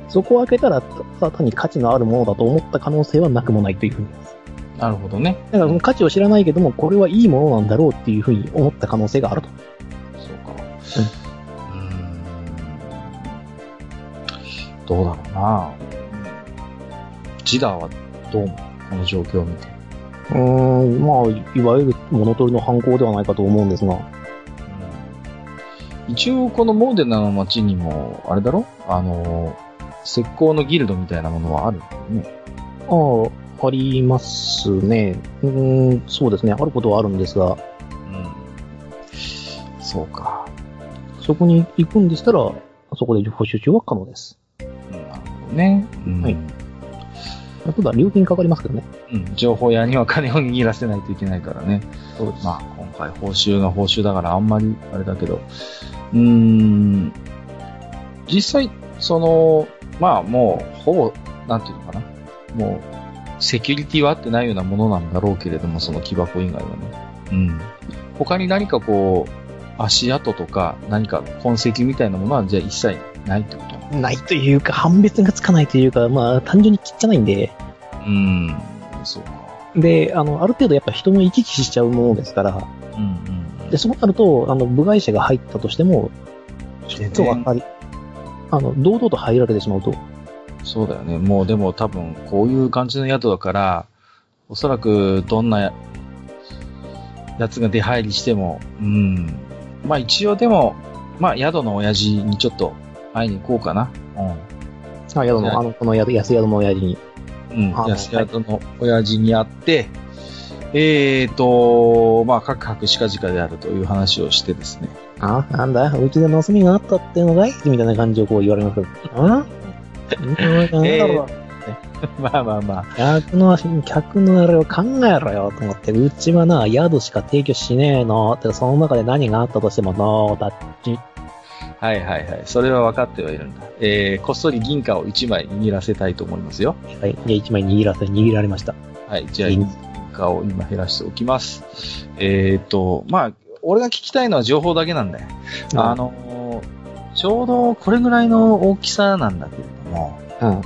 S2: そこを開けたら、ただ単に価値のあるものだと思った可能性はなくもないというふうに言います。
S1: なるほどね。
S2: だから、その価値を知らないけども、これはいいものなんだろうっていうふうに思った可能性があると。
S1: そうか。うーん。どうだろうな。ジダーはどう思うこの状況を見て。
S2: うーん、まあ、いわゆる物取りの犯行ではないかと思うんですが、
S1: うん一応このモーデナの街にも、あれだろあの、石膏のギルドみたいなものはあるんだよね。
S2: ああ、ありますね。うーん、そうですね。あることはあるんです
S1: う
S2: が、
S1: ん。そうか。
S2: そこに行くんでしたら、そこで補修中は可能です。
S1: なるほどね。うん
S2: はいただ、料金かかりますけどね。
S1: うん。情報屋には金を握らせないといけないからね。
S2: そうです。
S1: まあ、今回報酬が報酬だからあんまりあれだけど、うーん、実際、その、まあもう、ほぼ、なんていうのかな、もう、セキュリティは合ってないようなものなんだろうけれども、その木箱以外はね。うん。他に何かこう、足跡とか、何か痕跡みたいなものは、じゃあ一切ないってこと
S2: ないというか、判別がつかないというか、まあ、単純にちっちゃないんで、
S1: うん、そうか。
S2: で、あの、ある程度やっぱ人の行き来しちゃうものですから、
S1: うんうんうん。
S2: で、そうなると、あの、部外者が入ったとしても、ちょっと分かり、あの、堂々と入られてしまうと、
S1: そうだよね。もうでも多分、こういう感じの宿だから、おそらくどんなやつが出入りしても、うん。まあ一応でも、まあ宿の親父にちょっと会いに行こうかな。
S2: あ、宿
S1: はい
S2: の、あの、この宿、安宿の親父に。
S1: うん。う
S2: あ
S1: ん。安宿の親父に会って、えーと、まあ、かくかくしかじかであるという話をしてですね。 (laughs)
S2: あ、なんだ、うちで盗みがあったってのがいみたいな感じをこう言われますけど。あ (laughs) なんだろう。
S1: まあまあまあ。
S2: 客の、客のあれを考えろよと思って、うちはな、宿しか提供しねえの。って、その中で何があったとしても、ノータッチ。
S1: はいはいはい。それは分かってはいるんだ。えー、こっそり銀貨を1枚握らせたいと思いますよ。
S2: はい。じゃあ一枚握らせ、握られました。
S1: はい。じゃあ、
S2: 銀
S1: かを今減らしておきます。えっ、と、まあ、俺が聞きたいのは情報だけなんだよ。あ、のー、ちょうどこれぐらいの大きさなんだけれども、
S2: うん。
S1: うん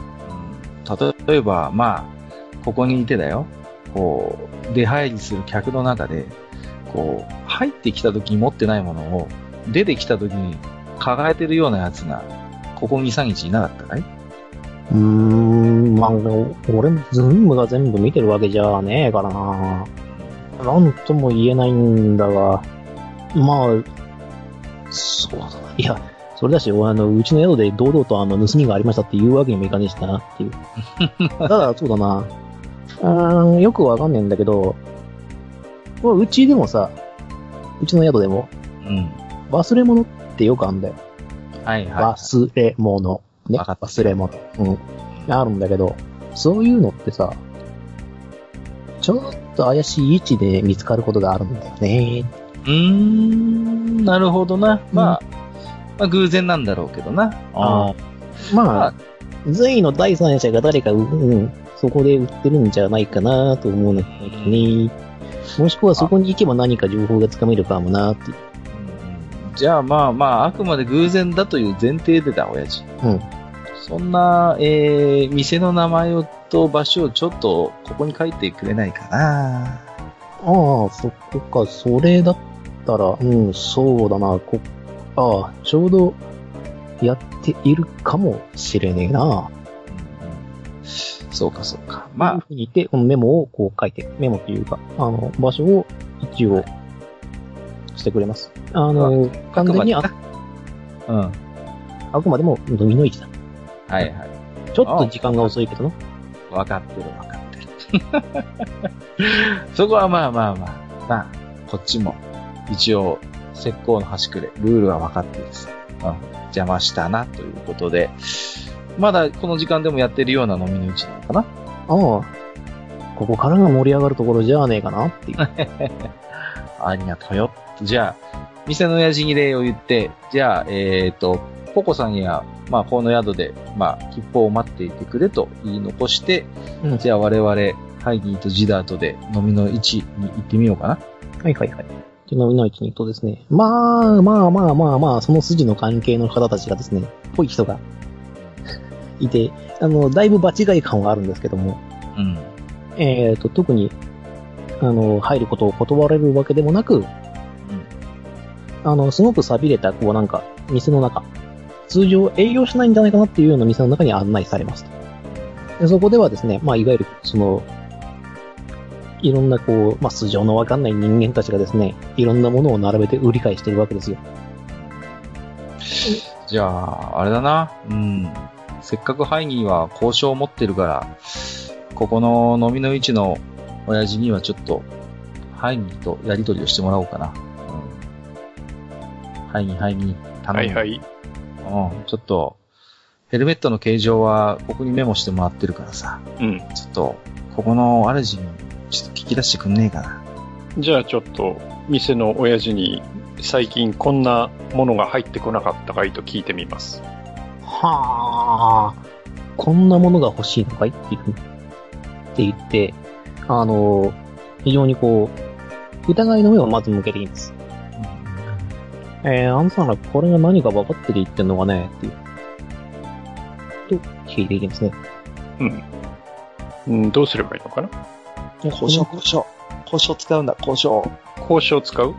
S1: 例えば、まあ、ここにいてだよ、こう、出入りする客の中で、こう、入ってきた時に持ってないものを、出てきた時に抱えてるようなやつが、ここ2、3日いなかったかいう
S2: ーん、まあ、俺、全部が全部見てるわけじゃねえからな。なんとも言えないんだが、まあ、そうだな。いや、それだし、俺あの、うちの宿で堂々とあの、盗みがありましたって言うわけにもいかねえしな、っていう。ただ、そうだな。うーん、よくわかんねえんだけど、これうちでもさ、うちの宿でも、
S1: うん。
S2: 忘れ物ってよくあんだよ。
S1: はいは
S2: 忘れ物。ね。
S1: わかった
S2: 忘れ物。うん。あるんだけど、そういうのってさ、ちょっと怪しい位置で見つかることがあるんだよね。
S1: い。うーん、なるほどな。まあ、まあ、偶然なんだろうけどな。
S2: あ
S1: あ
S2: まあ、随意の第三者が誰か、うん、そこで売ってるんじゃないかなと思うんだけどね。もしくはそこに行けば何か情報がつかめるかもなっていう。
S1: うんじゃあまあまあ、あくまで偶然だという前提でだ、親父。
S2: うん。
S1: そんな、えー、店の名前をと場所をちょっとここに書いてくれないかな。
S2: ああ、そこか、それだったら、うん、そうだな、こ、ああ、ちょうど、やっているかもしれねえな。
S1: そうかそうか。
S2: こういう
S1: ま
S2: ふうに言って、このメモをこう書いて、メモというか、あの、場所を一応、してくれます。あの、
S1: あ、
S2: 完全にあ
S1: あくまでな、うん。
S2: あくまでも飲みの市だ。
S1: はいはい。
S2: ちょっと時間が遅いけどな。
S1: わかってるわかってる。そこはまあまあまあ、まあ、こっちも、一応、石膏の端くれ、ルールは分かってるです。うん。邪魔したな、ということで、まだこの時間でもやってるような飲みの位置なのかな
S2: ああ、ここからが盛り上がるところじゃねえかなっていう。
S1: ありがとうよ。じゃあ、店の親父に礼を言って、じゃあ、えっ、と、ポコさんや、まあ、この宿で、まあ、吉報を待っていてくれと言い残して、
S2: うん
S1: じゃあ我々、ハイギーとジダートで飲みの位置に行ってみようかな。
S2: はいはいはい。ちなみに一にとですね、まあまあまあまあまあ、その筋の関係の方たちがですね、ぽい人が (laughs) いて、あの、だいぶ場違い感はあるんですけども、
S1: うん。
S2: えっ、と、特に、あの、入ることを断られるわけでもなく、あの、すごく錆びれた、こうなんか、店の中、通常営業しないんじゃないかなっていうような店の中に案内されますと。でそこではですね、まあ、いわゆる、その、いろんなこう、まあ、素性のわかんない人間たちがですね、いろんなものを並べて売り買いしてるわけですよ。
S1: じゃあ、あれだな。うん。せっかくハイギーは交渉を持ってるから、ここの飲みの位置の親父にはちょっと、ハイギーとやりとりをしてもらおうかな。うん。ハイギー、ハイギー、頼む。
S3: はいはい。
S1: うん、ちょっと、ヘルメットの形状は僕にメモしてもらってるからさ、
S3: うん。
S1: ちょっと、ここの主にちょっと聞き出してくんねえかな。
S3: じゃあちょっと、店の親父に、最近こんなものが入ってこなかったかいと聞いてみます。
S2: はあ、こんなものが欲しいのかいっていうふうにって言って、あの、非常にこう、疑いの目をまず向けていいんです。えー、あんたらこれが何か分かってて言ってんのかねっていう。と、聞いていきますね。
S3: うん。うん、どうすればいいのかな
S2: 交渉
S1: 交渉。交渉使うんだ、交渉。
S3: 交渉使う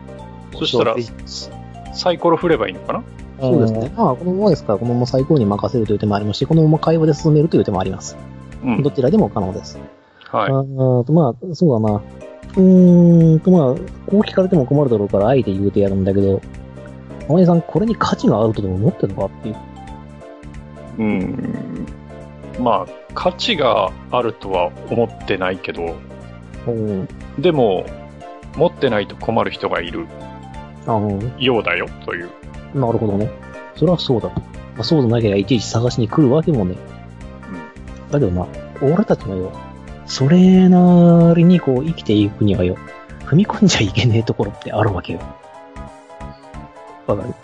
S3: そしたら
S2: そうです
S3: サイコロ振ればいいのかな
S2: そうですね。まあ、このままですから、このまま最高に任せるという手もありますし、このまま会話で進めるという手もあります。
S3: うん
S2: ど。ちらでも可能です。
S3: は
S2: あ
S3: い。
S2: ーとまあ、そうだな。うーんと、まあ、こう聞かれても困るだろうから、あえて言うてやるんだけど、天井さん、これに価値があるとでも思ってるのかっていう。
S3: うん。まあ、価値があるとは思ってないけど、
S2: うん。
S3: でも、持ってないと困る人がいる
S2: あうん
S3: ようだよという。
S2: なるほどね。それはそうだと。まあ、そうじゃなきゃいちいち探しに来るわけもね。だけどな、俺たちもよ、それなりにこう生きていくにはよ、踏み込んじゃいけねえところってあるわけよ。わかる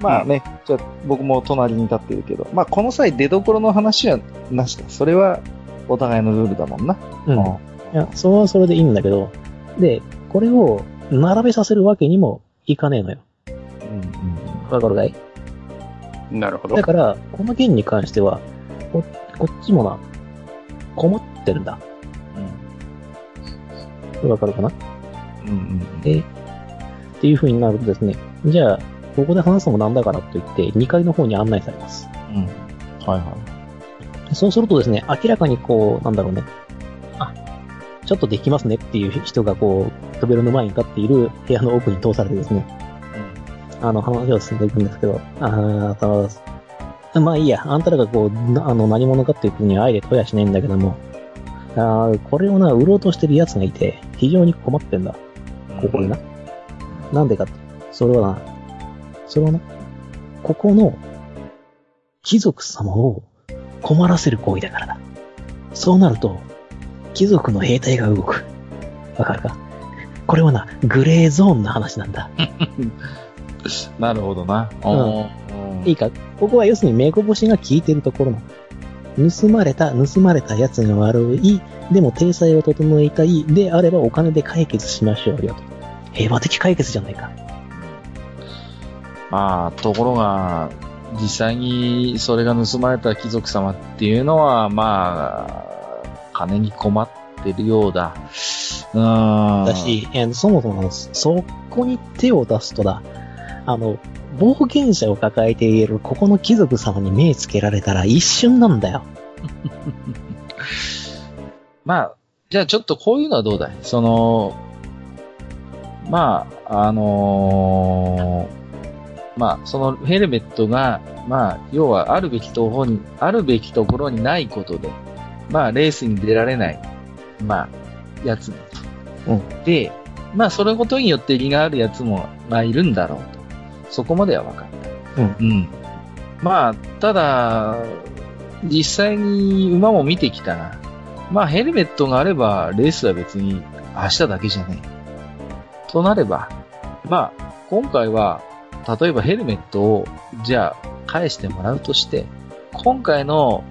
S1: まあね、じゃあ僕も隣に立ってるけど、まあこの際出どころの話はなしだ。それはお互いのルールだもんな。
S2: うん。いや、それはそれでいいんだけど、で、これを並べさせるわけにもいかねえのよ。
S1: うん
S2: わかるかい
S3: うん。なるほど
S2: だ。から、この件に関しては、ここっちもな、こもってるんだ。わかるかな
S1: うんうん
S2: で、っていう風になるとですね、じゃあ、ここで話すのもなんだからと言って、2階の方に案内されます。
S1: うん。はいは
S2: そうするとですね、明らかにこう、なんだろうね、あ、ちょっとできますねっていう人がこう、扉の前に立っている部屋の奥に通されてですね、あの、話を進んでいくんですけど、あーと、まあいいや、あんたらがこう、なあの、何者かっていうふうにはあえて問やしないんだけども、あーこれをな、売ろうとしてる奴がいて、非常に困ってんだ、
S1: い。
S2: ここでな。なんでかって、それはな、それはな、ここの、貴族様を困らせる行為だからだ。そうなると、貴族の兵隊が動く。わかるかこれはな、グレーゾーンの話なんだ。
S1: なるほどな。うん
S2: いいか、ここは要するに目こぼしが効いてるところなの。盗まれた、盗まれた奴が悪い、でも体裁を整えたい、であればお金で解決しましょうよと。平和的解決じゃないか。
S1: まあ、ところが、実際にそれが盗まれた貴族様っていうのは、まあ、金に困ってるようだ。うん。
S2: だし、えーそもそものそこに手を出すとだ、あの、冒険者を抱えているここの貴族様に目つけられたら一瞬なんだよ。
S1: まあ、じゃあちょっとこういうのはどうだいその、まあ、あのーまあ、そのヘルメットが、まあ、要はあるべきところに、あるべきところにないことで、まあ、レースに出られない、まあ、やつ。
S2: うん
S1: で、まあ、それことによって利があるやつも、まあ、いるんだろうと。そこまでは分かった。
S2: うん
S1: うん。まあ、ただ、実際に馬も見てきたが、まあヘルメットがあれば、レースは別に明日だけじゃねえ。となれば、まあ、今回は、例えばヘルメットを、じゃあ、返してもらうとして、今回の、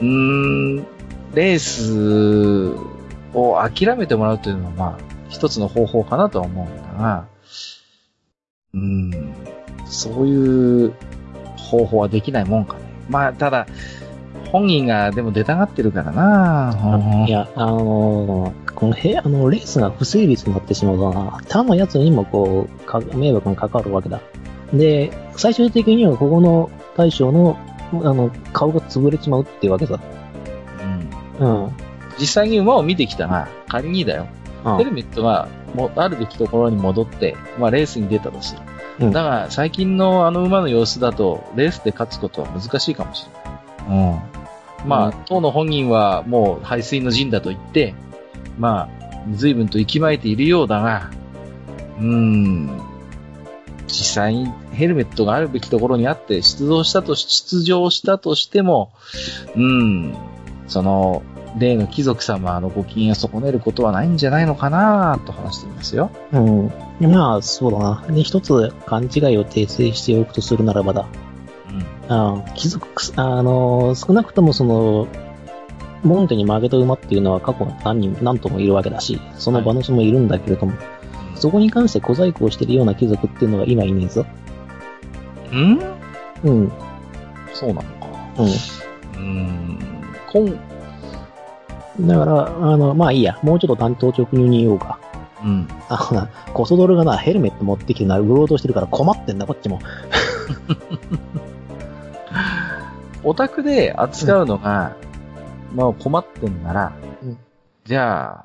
S1: うーん、レースを諦めてもらうというのは、まあ、一つの方法かなとは思うんだが、うーん、そういう方法はできないもんかね。まあ、ただ、本人がでも出たがってるからな。
S2: いや、あのーこのへあの、レースが不成立になってしまうとな、他の奴にもこう、か迷惑がかかるわけだ。で、最終的にはここの大将の、あの、顔が潰れちまうっていうわけさ。
S1: うん
S2: うん。
S1: 実際に馬を見てきたが、仮にだよ。ヘルメットがもあるべきところに戻って、まあ、レースに出たとする。
S2: うん
S1: だが、最近のあの馬の様子だと、レースで勝つことは難しいかもしれない。うん。まあ、
S2: うん
S1: 当の本人はもう排水の陣だと言って、まあ、随分と息巻いているようだが、うーん、実際にヘルメットがあるべきところにあって出動したとし、出場したとしても、うん、その、例の貴族様のご機嫌を損ねることはないんじゃないのかなと話していますよ。
S2: うん。まあ、そうだな。で、一つ勘違いを訂正しておくとするならばだ。あ貴族くす、あの、少なくともその、モンテに負けた馬っていうのは過去何人、何ともいるわけだし、その馬主もいるんだけれども、そこに関して小細工をしてるような貴族っていうのは今いねえぞ。
S1: うん、
S2: うん、うん。
S1: そうなのか。うん、こん、
S2: だから、あの、まあいいや、もうちょっと単刀直入に言おうか。 (laughs)
S1: うん。
S2: あのな、コソドルがな、ヘルメット持ってきてな、売ろうとしてるから困ってんだ、こっちも。
S1: オタクで扱うのが、まあ困ってんなら、
S2: うん
S1: じゃあ、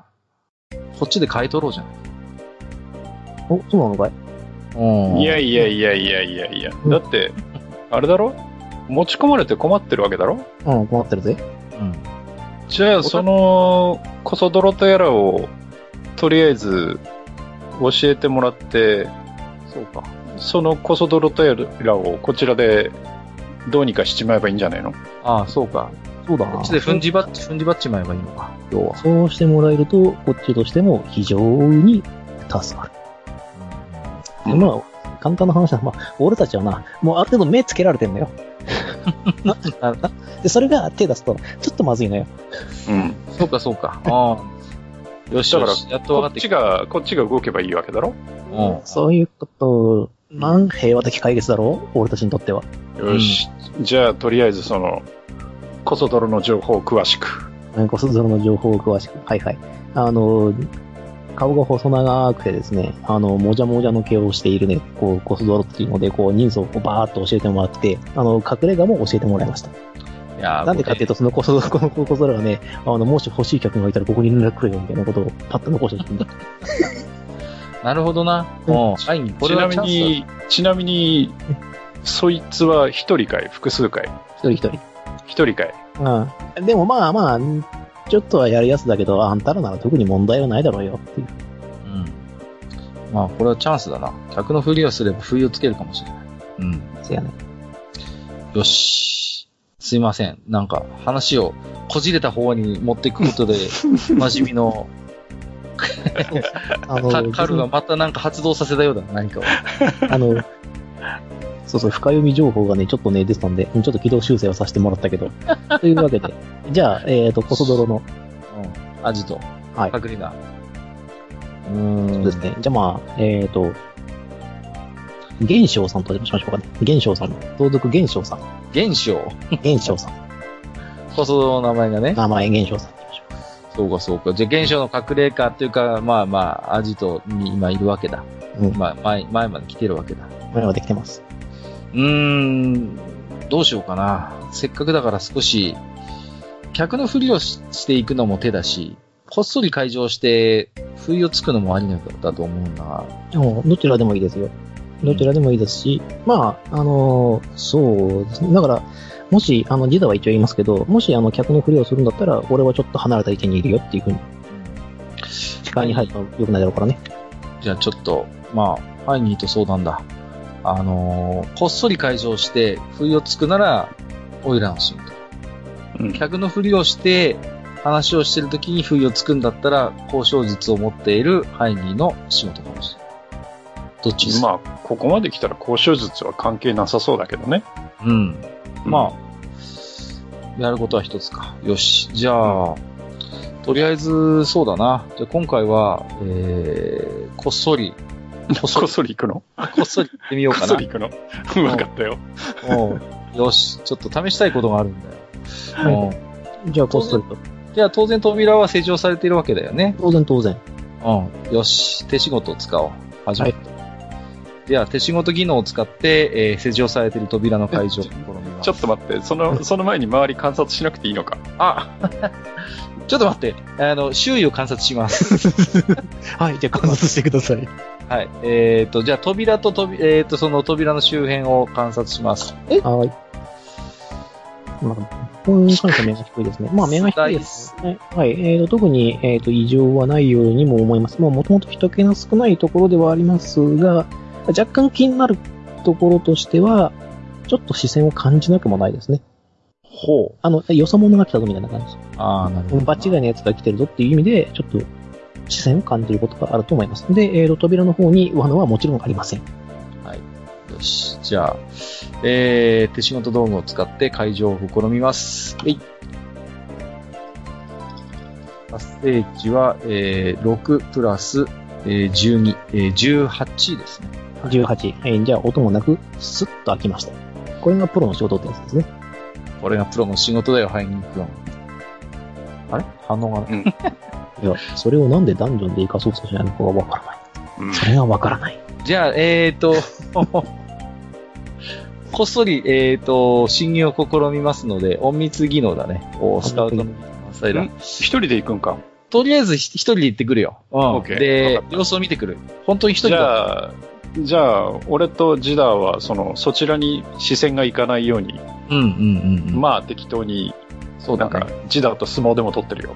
S1: こっちで買い取ろうじゃない。
S2: お、そうなのかい
S1: うん
S3: いやいやいやいやいやいや。だって、あれだろ持ち込まれて困ってるわけだろ
S2: うん、困ってるぜ。
S1: うん。
S3: じゃあ、その、こそ泥とやらを、とりあえず、教えてもらって、
S1: そうか。
S3: そのこそ泥とやらをこちらで、どうにかしちまえばいいんじゃないの
S1: ああ、そうか。
S2: そうだ
S1: こ
S2: な。
S1: っちで踏んじばっち、踏んじばっちまえばいいのか。要は。
S2: そうしてもらえると、こっちとしても非常に助かる。で
S3: うん
S2: まあ、簡単な話だ。まあ、俺たちはな、もうある程度目つけられてん
S1: (laughs)
S2: のよ。 (laughs) ななで、それが手出すと、ちょっとまずいのよ。
S3: うん。
S1: うんそうか、そう
S2: (laughs)
S1: か。ああ。よし、
S3: だから
S1: よしやっと分
S3: こ
S1: か
S3: っ
S1: って
S3: ち
S1: き
S3: が、こっちが動けばいいわけだろ
S1: うん
S2: そういうこと、なん平和的解決だろう俺たちにとっては。
S3: よし。じゃあ、とりあえずその、こそ泥の情報を詳しく。
S2: うんごそぞろの情報を詳しく。はいはい。あの、顔が細長くてですね、あの、もじゃもじゃの毛をしているね、こう、コスドロっていうので、こう、人数をバーっと教えてもらって、あの、隠れ家も教えてもらいました。
S1: いやー
S2: なんでかっていうと、そのコスドロ、このコスドロがね、あの、もし欲しい客がいたらここに連絡くれよみたいなことをパッと残しておくんだ。
S1: なるほどな。
S2: うん
S1: うん。はい、こ
S3: ち
S1: れは
S3: なみ
S1: チャンスだ
S3: に、ちなみに、そいつは一人かい複数かい
S2: 一人一人。
S3: 一人かい
S2: うん。でもまあまあ、ちょっとはやるやつだけど、あんたらなら特に問題はないだろうよっていう。
S1: うん。まあ、これはチャンスだな。客のふりをすれば、不意をつけるかもしれない。うん。
S2: せやね。
S1: よし。すいません。なんか、話をこじれた方に持っていく (laughs) ことで、真面目の、
S2: あ
S1: カカル
S2: 実
S1: が
S2: は
S1: またなんか発動させたようだな、何かを。
S2: (laughs) あの、そうそう、深読み情報がね、ちょっとね、出てたんで、うんちょっと軌道修正をさせてもらったけ (laughs) ど。というわけで、じゃあ、えっ、 (laughs) と、コソドロの、
S1: うん。アジト。
S2: はい
S1: 隠れが。うーん。
S2: ですね。じゃあまあ、えっ、と、玄章さんとしましょうかね。玄章さん。盗賊玄章 (laughs) さん。
S1: 現象。
S2: 玄章さん。
S1: こその名前がね。
S2: 名前玄章さんとしましょ
S1: そうか、そうか。じゃあ、現象の隠れ家っていうか、まあまあ、アジトに今いるわけだ。
S2: うん
S1: まあ、前、前まで来てるわけだ。
S2: う。これはできてます。
S1: うーん、どうしようかな。せっかくだから少し、客のふりをししていくのも手だし、こっそり会場して、不意をつくのもありなんだと思うな。
S2: もうどちらでもいいですよ。どちらでもいいですし、まあ、あのーそうですね。だから、もし、あの、ジダは一応言いますけど、もし、あの、客のふりをするんだったら、俺はちょっと離れた位置にいるよっていうふうに、視界に入ると良くないだろうからね。
S1: じゃあちょっと、まあ、アイニーと相談だ。あのーこっそり会場して、不意をつくなら、オイラのシーンと。
S3: うん
S1: 客のふりをして、話をしてるときに不意をつくんだったら、交渉術を持っているハイニーの仕事かもしれない。どっちですか、
S3: まあ、ここまで来たら交渉術は関係なさそうだけどね。
S1: うん。まあ、やることは一つか。よし。じゃあ、とりあえず、そうだな。じゃあ今回は、えー、こっそ (laughs) り、こっそ
S3: こっ
S1: り、
S3: そり行くの
S1: こっそり行ってみよう
S3: こ
S1: か
S3: っ
S1: な
S3: そり行くの分かったよ。
S1: うん。よし。ちょっと試したいことがあるんだよ。うん。
S2: じゃあ、こっそりと。
S1: じゃあ当然扉は施錠されているわけだよね。
S2: 当然、当然。
S1: うん。よし。手仕事を使おう。始めると。では、手仕事技能を使って、えー施錠されている扉の解除を試みます。
S3: ちょっと待って、その、その前に周り観察しなくていいのか。
S1: あちょっと待って。あの、周囲を観察します。
S2: はい、じゃあ、観察してください。
S1: はい。えっ、と、じゃあ、扉ととび、えっ、と、その扉の周辺を観察します。え
S2: はーい。まあ、こういう関しては目が低いです (laughs) ね。まあ、目が低いです、ね。はい。えーと、特に、えーと、異常はないようにも思います。まあ、もともと人気の少ないところではありますが、若干気になるところとしては、ちょっと視線を感じなくもないですね。
S1: ほう。
S2: あの、よそ者が来たぞみたいな感じ。
S1: ああ、なるほど。
S2: 場違いのやつが来てるぞっていう意味で、ちょっと視線を感じることがあると思います。で、えーと、扉の方に罠はもちろんありません。
S1: よし。じゃあ、えー、手仕事道具を使って会場を試みます。はい。達成値は、えー、6プラス、えー、12、えー、18ですね。
S2: 18。えーじゃあ、音もなく、スッと開きました。これがプロの仕事ってやつですね。
S1: これがプロの仕事だよ、ハイニー君。あれ反応がない。
S3: うん
S2: いや、それをなんでダンジョンで生かそうとしないのかがわからな
S1: (laughs)
S2: い。
S3: うん
S2: それがわからない。
S1: じゃあ、えっ、ー、と、 (laughs) こっそり、えっ、ー、と、侵入を試みますので、隠密技能だね。おスカウトの満載だ
S3: うん。一人で行くんか。
S1: とりあえずひ一人で行ってくるよ。うん
S3: オッケーわ
S1: で
S3: かっ、た
S1: 様子を見てくる。本当に一人
S3: じ
S1: だ。
S3: ゃあ、じゃあ、俺とジダーは、その、そちらに視線が行かないように、
S1: うんうんうんうん。
S3: まあ適当に、
S1: そう
S3: な
S1: だ
S3: ん
S1: ね
S3: か、ジダーと相撲でも取ってるよ。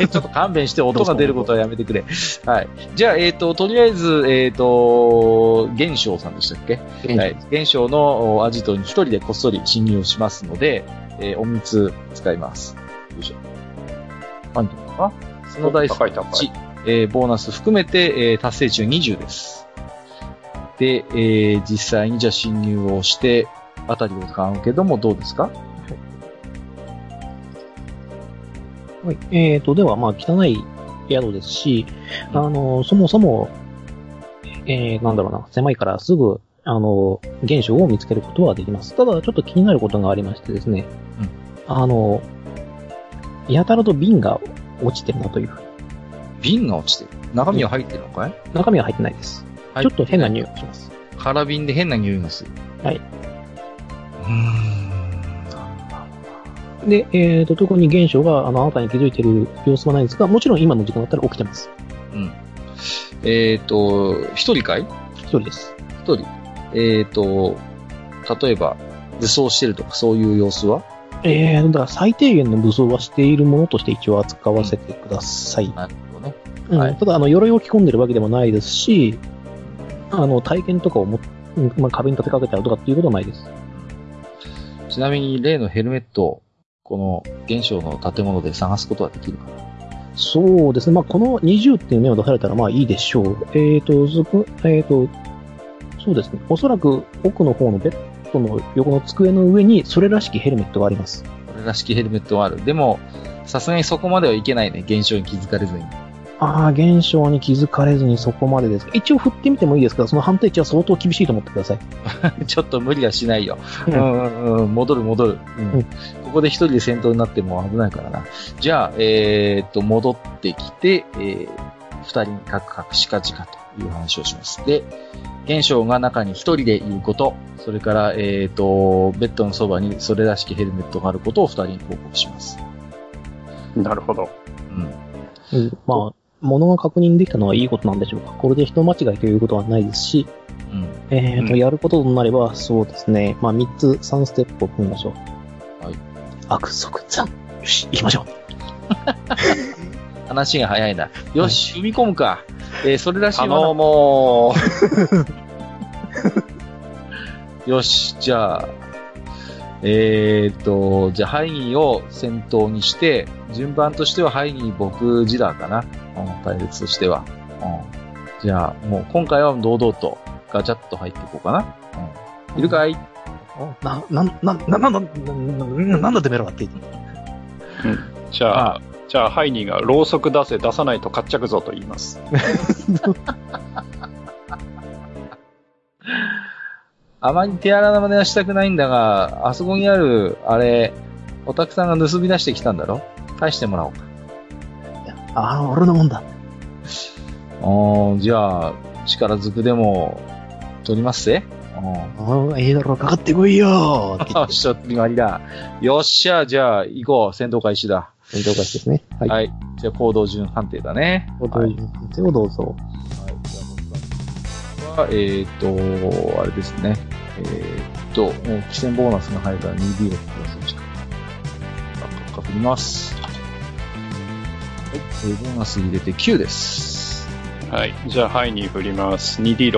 S1: え (laughs) ちょっと勘弁して音が出ることはやめてくれ。はい。じゃあ、えっ、と、とりあえず、えっ、と、玄翔さんでしたっけはい。玄翔のおアジトに一人でこっそり侵入をしますので、えー、隠密使います。よいしょ。何とかなそのダイス
S3: 高い高い。
S1: 1、えーボーナス含めて、えー達成中20です。で、えー実際にじゃあ侵入をして、あたりを買うけども、どうですか
S2: はい。えっ、と、では、まあ、汚い宿ですし、あの、そもそも、えー、なんだろうな、狭いからすぐ、あの、現象を見つけることはできます。ただ、ちょっと気になることがありましてですね、
S1: うん
S2: あの、やたらと瓶が落ちてるなという。
S1: 瓶が落ちてる。中身は入ってるのかい、
S2: 中身は入ってないです。
S1: はい
S2: ちょっと変な匂いがします。
S1: 空瓶で変な匂いがする。
S2: はい。
S1: うーん。なんだ
S2: で、えっ、と、特に現象が、あの、あなたに気づいてる様子はないんですが、もちろん今の時間だったら起きてます。
S1: うん。えっ、と、一人かい
S2: 一人です。
S1: 一人。えっ、と、例えば、武装してるとかそういう様子は
S2: えー、だから最低限の武装はしているものとして一応扱わせてください。
S1: なるほどね。
S2: うん
S1: はい
S2: ただ、あの、鎧を着込んでるわけでもないですし、あの、体験とかをも、うんまあ、壁に立てかけたりとかっていうことはないです。
S1: ちなみに例のヘルメットを、この現象の建物で探すことはできるかな
S2: そうですね。まあ、この20っていう目を出されたら、まあ、いいでしょう。えーと、ずく、えーと、そうですね。おそらく奥の方のベッドの横の机の上に、それらしきヘルメットがあります。
S1: これらしきヘルメットはある。でも、さすがにそこまではいけないね。現象に気づかれずに。
S2: ああ、現象に気づかれずにそこまでです。一応振ってみてもいいですけど、その判定値は相当厳しいと思ってくださ
S1: (laughs)
S2: い。
S1: ちょっと無理はしないよ。う
S2: うん
S1: んうんうん、戻る戻る、うん
S2: うん
S1: ここで一人で戦闘になっても危ないからな。じゃあ、えーっと、戻ってきて、えー二人にカクカクシカチカという話をします。で、現象が中に一人でいること、それから、えーっと、ベッドのそばにそれらしきヘルメットがあることを二人に報告します。
S3: なるほど。
S1: うん。
S2: うん、まあ、物が確認できたのはいいことなんでしょうか。これで人間違いということはないですし、
S1: うん。
S2: えーと、
S3: うん
S2: やることとなれば、そうですね。まあ、3つ、3ステップを踏みましょう。
S1: はい。
S2: 悪即残。よし、行きましょ
S1: 話が早いな。よし、踏み込むか。えーそれらしい
S3: あ
S1: 罠
S3: の、も
S1: (laughs)
S3: う、
S1: よし、じゃあ、えーっと、じゃあ、ハイニーを先頭にして、順番としてはハイニー、僕、ジダーかな。うん、隊列としては。うん。じゃあ、もう今回は堂々とガチャッと入っていこうかな。うん。いるかい、
S2: う。な、な、な、な、な、な、な、なんだてめえらはって言って。
S3: じゃあ、じゃあ、ハイニーが、ろうそく出せ、出さないとかっちゃくぞと言います。
S1: あまり手荒な真似はしたくないんだが、あそこにある、あれ、オタクさんが盗み出してきたんだろ返してもらおうか。
S2: ああ、俺のもんだ。
S1: うん、じゃあ、力ずくでも、取りますぜ。うん。
S2: ああ、ええだろ、かかってこいよー (laughs) って言
S1: よ
S2: っ
S1: し、ちょっと決まりだ。よっしゃ、じゃあ、行こう。戦闘開始だ。
S2: て。了解ですね。はい。
S1: はい。じゃあ、行動順判定だね。
S2: ご登場手をどうぞ。
S1: はい。えっ、と、あれですね。えっ、と、もう、起戦ボーナスが入るから 2D をプラス1か。カッカ振ります。はい。えーボーナス入れて9です。
S3: はい。じゃあ、ハイニー振ります。2D6、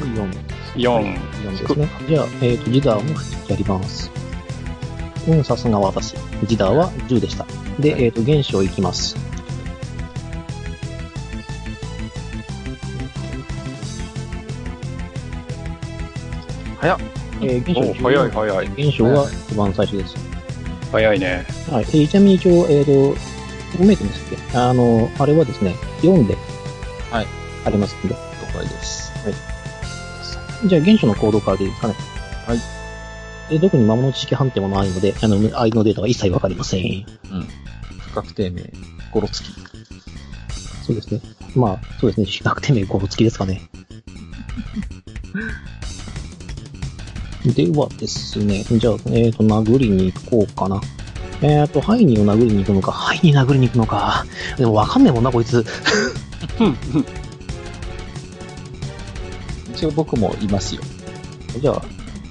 S2: 4。
S3: 4。
S2: 4ですね。じゃあ、えっ、と、ジダーもやります。うん、さすが私。ジダーは10でした。で、
S1: はい
S2: えっ、と、現象いきます。
S1: 早っ
S2: えー、現象
S3: お早い早い。
S2: 現象は一番最初です。
S3: 早いね。
S2: はい。えーちなみに一応、えっ、と、5メートルでしたっけあの、あれはですね、4で、
S1: はい。
S2: ありますんで。
S1: 了解です。
S2: じゃあ、現象の行動からでいいですかね。
S1: はい。
S2: で特に魔物知識判定もないので、あの、相手のデータは一切わかりません。
S1: 確定名、ゴロつき。
S2: そうですね。まあ、そうですね。比較的名ゴロ付きですかね。ではですね、じゃあ、えっ、と、殴りに行こうかな。えっ、と、ハイニーを殴りに行くのか、ハイニー殴りに行くのか。でもわかんねえもんな、こいつ。
S1: 一応僕もいますよ。
S2: じゃあ、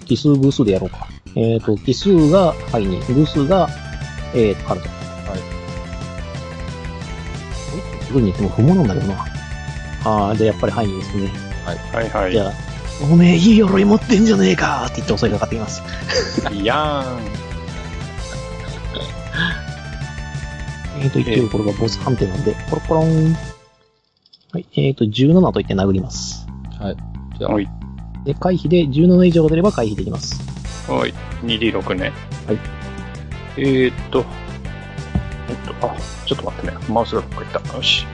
S2: 奇数偶数でやろうか。えっ、と、奇数がハイニー、偶数が、えっ、と、カルト。はい。殴りに行っても不毛なんだけどな。ああ、じゃあやっぱりハイニーですね。
S3: はいは
S2: じゃあ、おめえいい鎧持ってんじゃねえかって言って襲いかかってきます。
S3: い。いやーん。
S2: えーと、一応これがボス判定なんで、コロコロン。はい、えーと、17と言って殴ります。
S1: はい。じゃあ、
S3: はい。
S2: で、回避で17以上が出れば回避できます。
S3: はい。2D6 ね。
S2: はい。
S3: えーっと。えっと、あ、ちょっと待ってね。マウスがどっか行った。よし。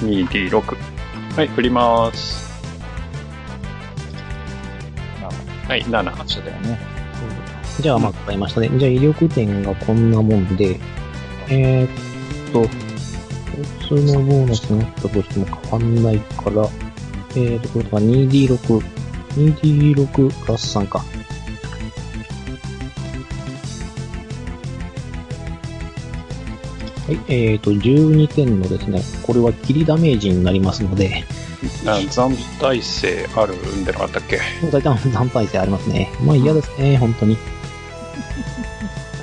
S3: 2D6。はい、振ります。はい、7。
S1: 感謝だよね。
S2: じゃあ、まあ、変えましたね。じゃあ、威力点がこんなもんで、えーっと、普通のボーナスになったとしても変わんないから、えーっと、これが 2D6、2D6 プラス3か。はい、えーっと、12点のですね、これは切りダメージになりますので、
S3: あ暫定性あるんでなかったっけ
S2: 大体3体制ありますね。まあ嫌ですね、本当に。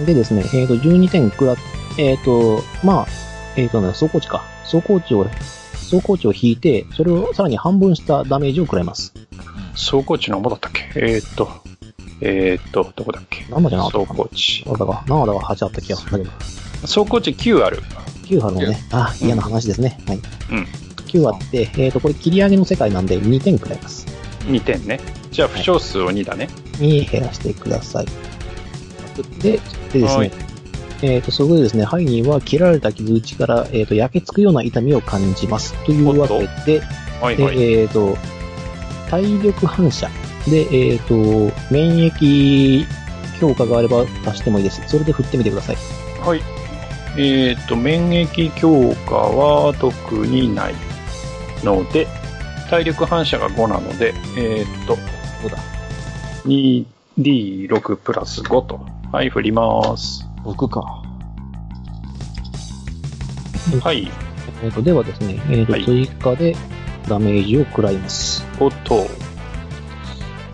S2: でですね、えっ、と、12点くら、えっ、と、まあ、えっ、とね、走行値か。走行値を、走行値を引いて、それをさらに半分したダメージを食らいます。
S3: 走行値のもだったっけえーっと。えーっと、どこだっけ
S2: 何だじゃなか
S3: 走
S2: ったかな
S3: 行値。
S2: なんだか、なんだか8あった気がするんだ
S3: 走行値9ある。
S2: けど、9あるもんね。あ、嫌な話ですね。はい。
S3: うん
S2: 9あって、えっ、と、これ切り上げの世界なんで2点食らいます。
S3: 2点ね。じゃあ、負傷数を2だね。
S2: 2減らしてください。で、でです
S3: は
S2: ね
S3: い、
S2: えっ、と、そこでですね、ハイニーは切られた傷口から、えっ、と、焼けつくような痛みを感じます。というわけで、
S3: はい
S2: で
S3: はい。
S2: えっ、と、体力反射で、えっ、と、免疫強化があれば足してもいいです。それで振ってみてください。
S3: はい。えーっと、免疫強化は特にないので、体力反射が5なので、えーっと、
S1: そうだ。
S3: 2D6 プラス5と。はい、振ります。
S1: 僕か。
S3: はい、
S2: えっ、と、ではですね、えっ、と、
S3: はい
S2: 追加でダメージを食らいます。
S3: おっと。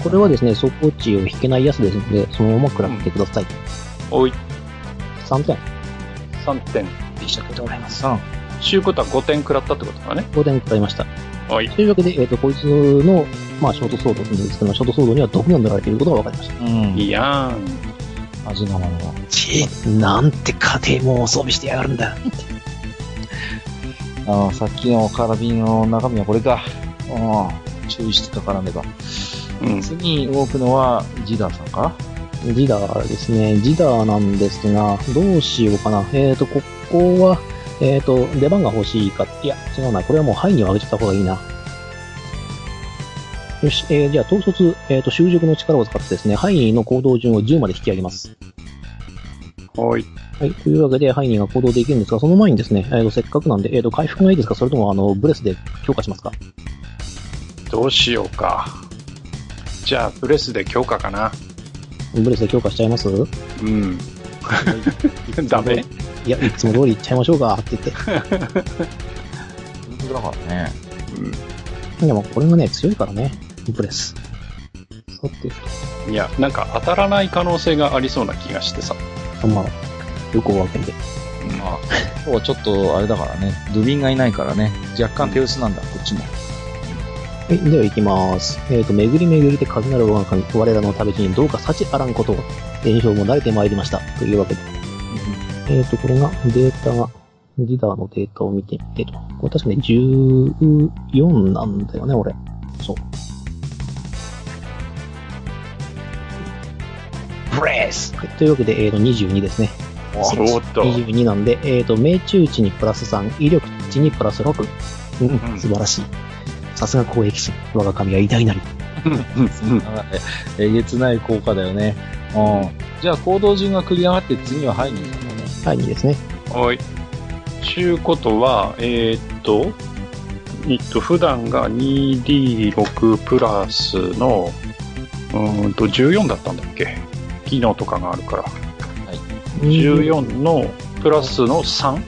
S2: これはですね、走行値を引けないやつですので、そのまま食らってください。
S3: おい、
S2: 3点。
S3: 3点。
S2: でしたけど、
S1: 3。
S3: ちゅうことは5点食らったってことだね。
S2: 5点食らいました。
S3: はい。
S2: というわけで、えっ、と、こいつの、まあ、ショートソードなんですけど、ショートソードには毒が塗られていることが分かりました。
S1: うん。
S3: いやーん。
S1: 味なものは。
S2: ちなんて家庭も装備してやがるんだ。
S1: ああ、さっきのカラビンの中身はこれか。ああ、注意してかからねば。
S3: うん。
S1: 次に動くのは、ジダーさんか
S2: ジダーですね。ジダーなんですが、どうしようかな。えっ、と、ここは、えっ、と、出番が欲しいか。いや、違うな。これはもう範囲を上げちゃった方がいいな。よし、えーじゃあ、統率、えっ、と、習熟の力を使ってですね、範囲の行動順を10まで引き上げます。
S3: はい。
S2: はい。というわけで、ハイニーが行動できるんですが、その前にですね、えー、とせっかくなんで、えー、と回復がいいですかそれとも、あの、ブレスで強化しますか
S3: どうしようか。じゃあ、ブレスで強化かな。
S2: ブレスで強化しちゃいますい
S3: うん。 (laughs) ダメ
S2: や、いつも通りいっちゃいましょうかって言って。 (laughs)
S1: 僕だからね。
S2: でも、これがね、強いからね、ブレス。さて、
S3: いや、なんか当たらない可能性がありそうな気がしてさ。
S2: まあ、よくお分けで。
S1: まあ、今日はちょっとあれだからね、ドゥビンがいないからね、若干手薄なんだ、こっちも。 (laughs)
S2: はい、では行きます。えっ、と、巡り巡りで風なる我が神、我らの旅路にどうか幸あらんことを、伝承も慣れてまいりました。というわけで。えっ、と、これがデータが、リーダーのデータを見てみてと。これ確かね、14なんだよね、俺。そう。
S3: ブレス
S2: はいというわけで、えっ、と、22ですね。
S3: おっと。
S2: 22なんで、えっ、と、命中値にプラス3、威力値にプラス6。うん、
S3: うん
S2: 素晴らしい。さすが攻撃士。我が神は偉大なり。
S1: えげつない効果だよね。うん。じゃあ、行動順が繰り上がって、次はハイニーさんだね。
S2: はい、いいですね。
S3: はい。ちゅうことは、えーっと、えっと、普段が 2D6 プラスの、うーんと、14だったんだっけ機能とかがあるから。14のプラスの 3?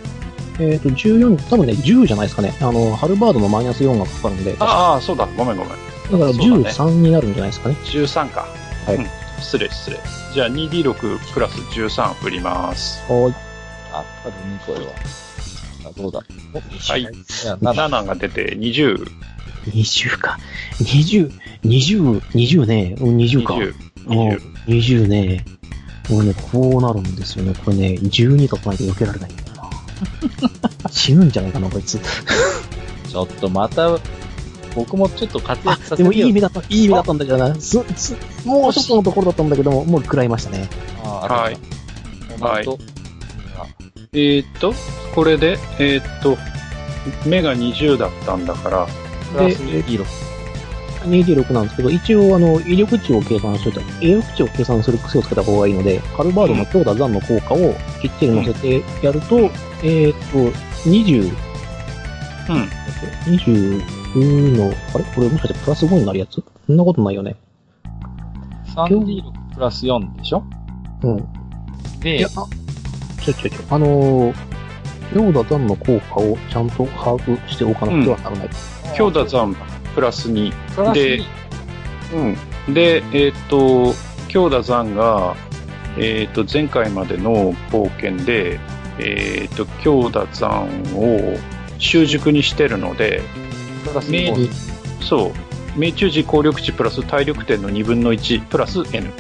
S2: えっ、と、14、多分ね、10じゃないですかね。あの、ハルバードのマイナス4がかかるんで、だか
S3: ああ、そうだ。ごめんごめん。
S2: ら
S3: そうだね
S2: 13になるんじゃないですかね。
S3: 13か。
S2: はい
S3: うん失礼、失礼。じゃあ 2D6 プラス13振ります。
S2: はい。
S1: あったでね、これは。あどうだ
S3: はい
S1: いや、なな
S3: 7が出て20。
S2: 20か。20、20、20ね。うん20か。
S3: 20。
S2: うん
S3: 20
S2: 20ね。もうね、こうなるんですよね。これね、12書かないと避けられないんだよな。
S3: (laughs)
S2: 死ぬんじゃないかな、こいつ。
S1: ちょっとまた、僕もちょっと活躍
S2: あ、
S1: させ
S2: でも
S1: て
S2: いい
S1: よ
S2: 目だった、いい目だったんだけどな。す、す、もうちょっとのところだったんだけども、もう食らいましたね。
S1: は
S3: はい。
S1: はい。
S3: えーっと、これで、えーっと、目が20だったんだから、
S1: プラス2
S2: 2D6 なんですけど、一応、あの、威力値を計算しといた威力値を計算する癖をつけた方がいいので、カルバードの強打残の効果をきっちり乗せてやると、えーっと、20、
S3: うん。
S2: 20の、あれこれもしかしてプラス5になるやつそんなことないよね。
S1: 3D6 プラス4でしょ
S2: うん。い
S1: で
S2: や、、あちょちょちょ、あのー、強打残の効果をちゃんと把握しておかなくてはならない。
S3: 強打残プラス2。
S1: プラス
S3: で
S1: 2。
S3: うん。で、えーっと、強打残が、えーっと、前回までの冒険で、えーっと、強打残を習熟にしてるので、
S1: プラス
S3: 目
S1: 2。
S3: に、そう、命中時効力値プラス体力点の2分の1プラス N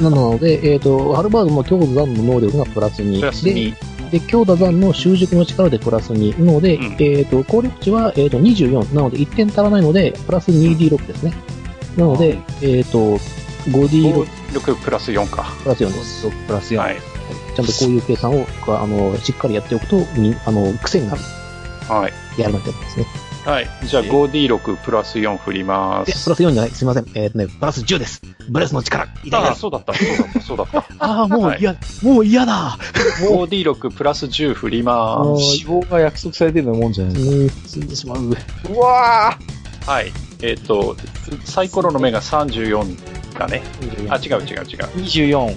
S2: なので、えっ、と、ハルバードの強打残の能力がプラス2。
S3: プラス2。
S2: で、強打残の習熟の力でプラス2。なので、
S3: うん
S2: えっ、と、効力値は、えー、と24。なので、1点足らないので、プラス 2D6 ですね。なので、えっ、と、
S3: 能
S2: 5D6
S3: 力プラス4か。
S2: プラス4です。
S1: プラス4。
S3: はい。
S2: ちゃんとこういう計算を、あの、しっかりやっておくと、みあの、癖になる。
S3: はい。
S2: やらなきゃいけないですね。
S3: はい。じゃあ
S1: え
S3: 5D6 プラス4振りま
S2: で、プラ
S3: す。
S2: ス4じゃない。すみません。えっ、とね、プラス10です。ブレスの力。いただき
S3: あ
S2: ま
S3: あ、
S2: す
S3: そうだった、そうだった、そう
S1: (laughs)
S3: だった。
S2: ああ、もう嫌、もう嫌だ。
S3: 5D6 プラス10振りま
S1: 死亡が約束されてるようなもんじゃな
S2: う
S1: い
S2: ーん、死んでしまう。
S1: うわ
S3: す。はい。えっ、と、サイコロの目が34だね。あ、違う違う違う。
S1: !24。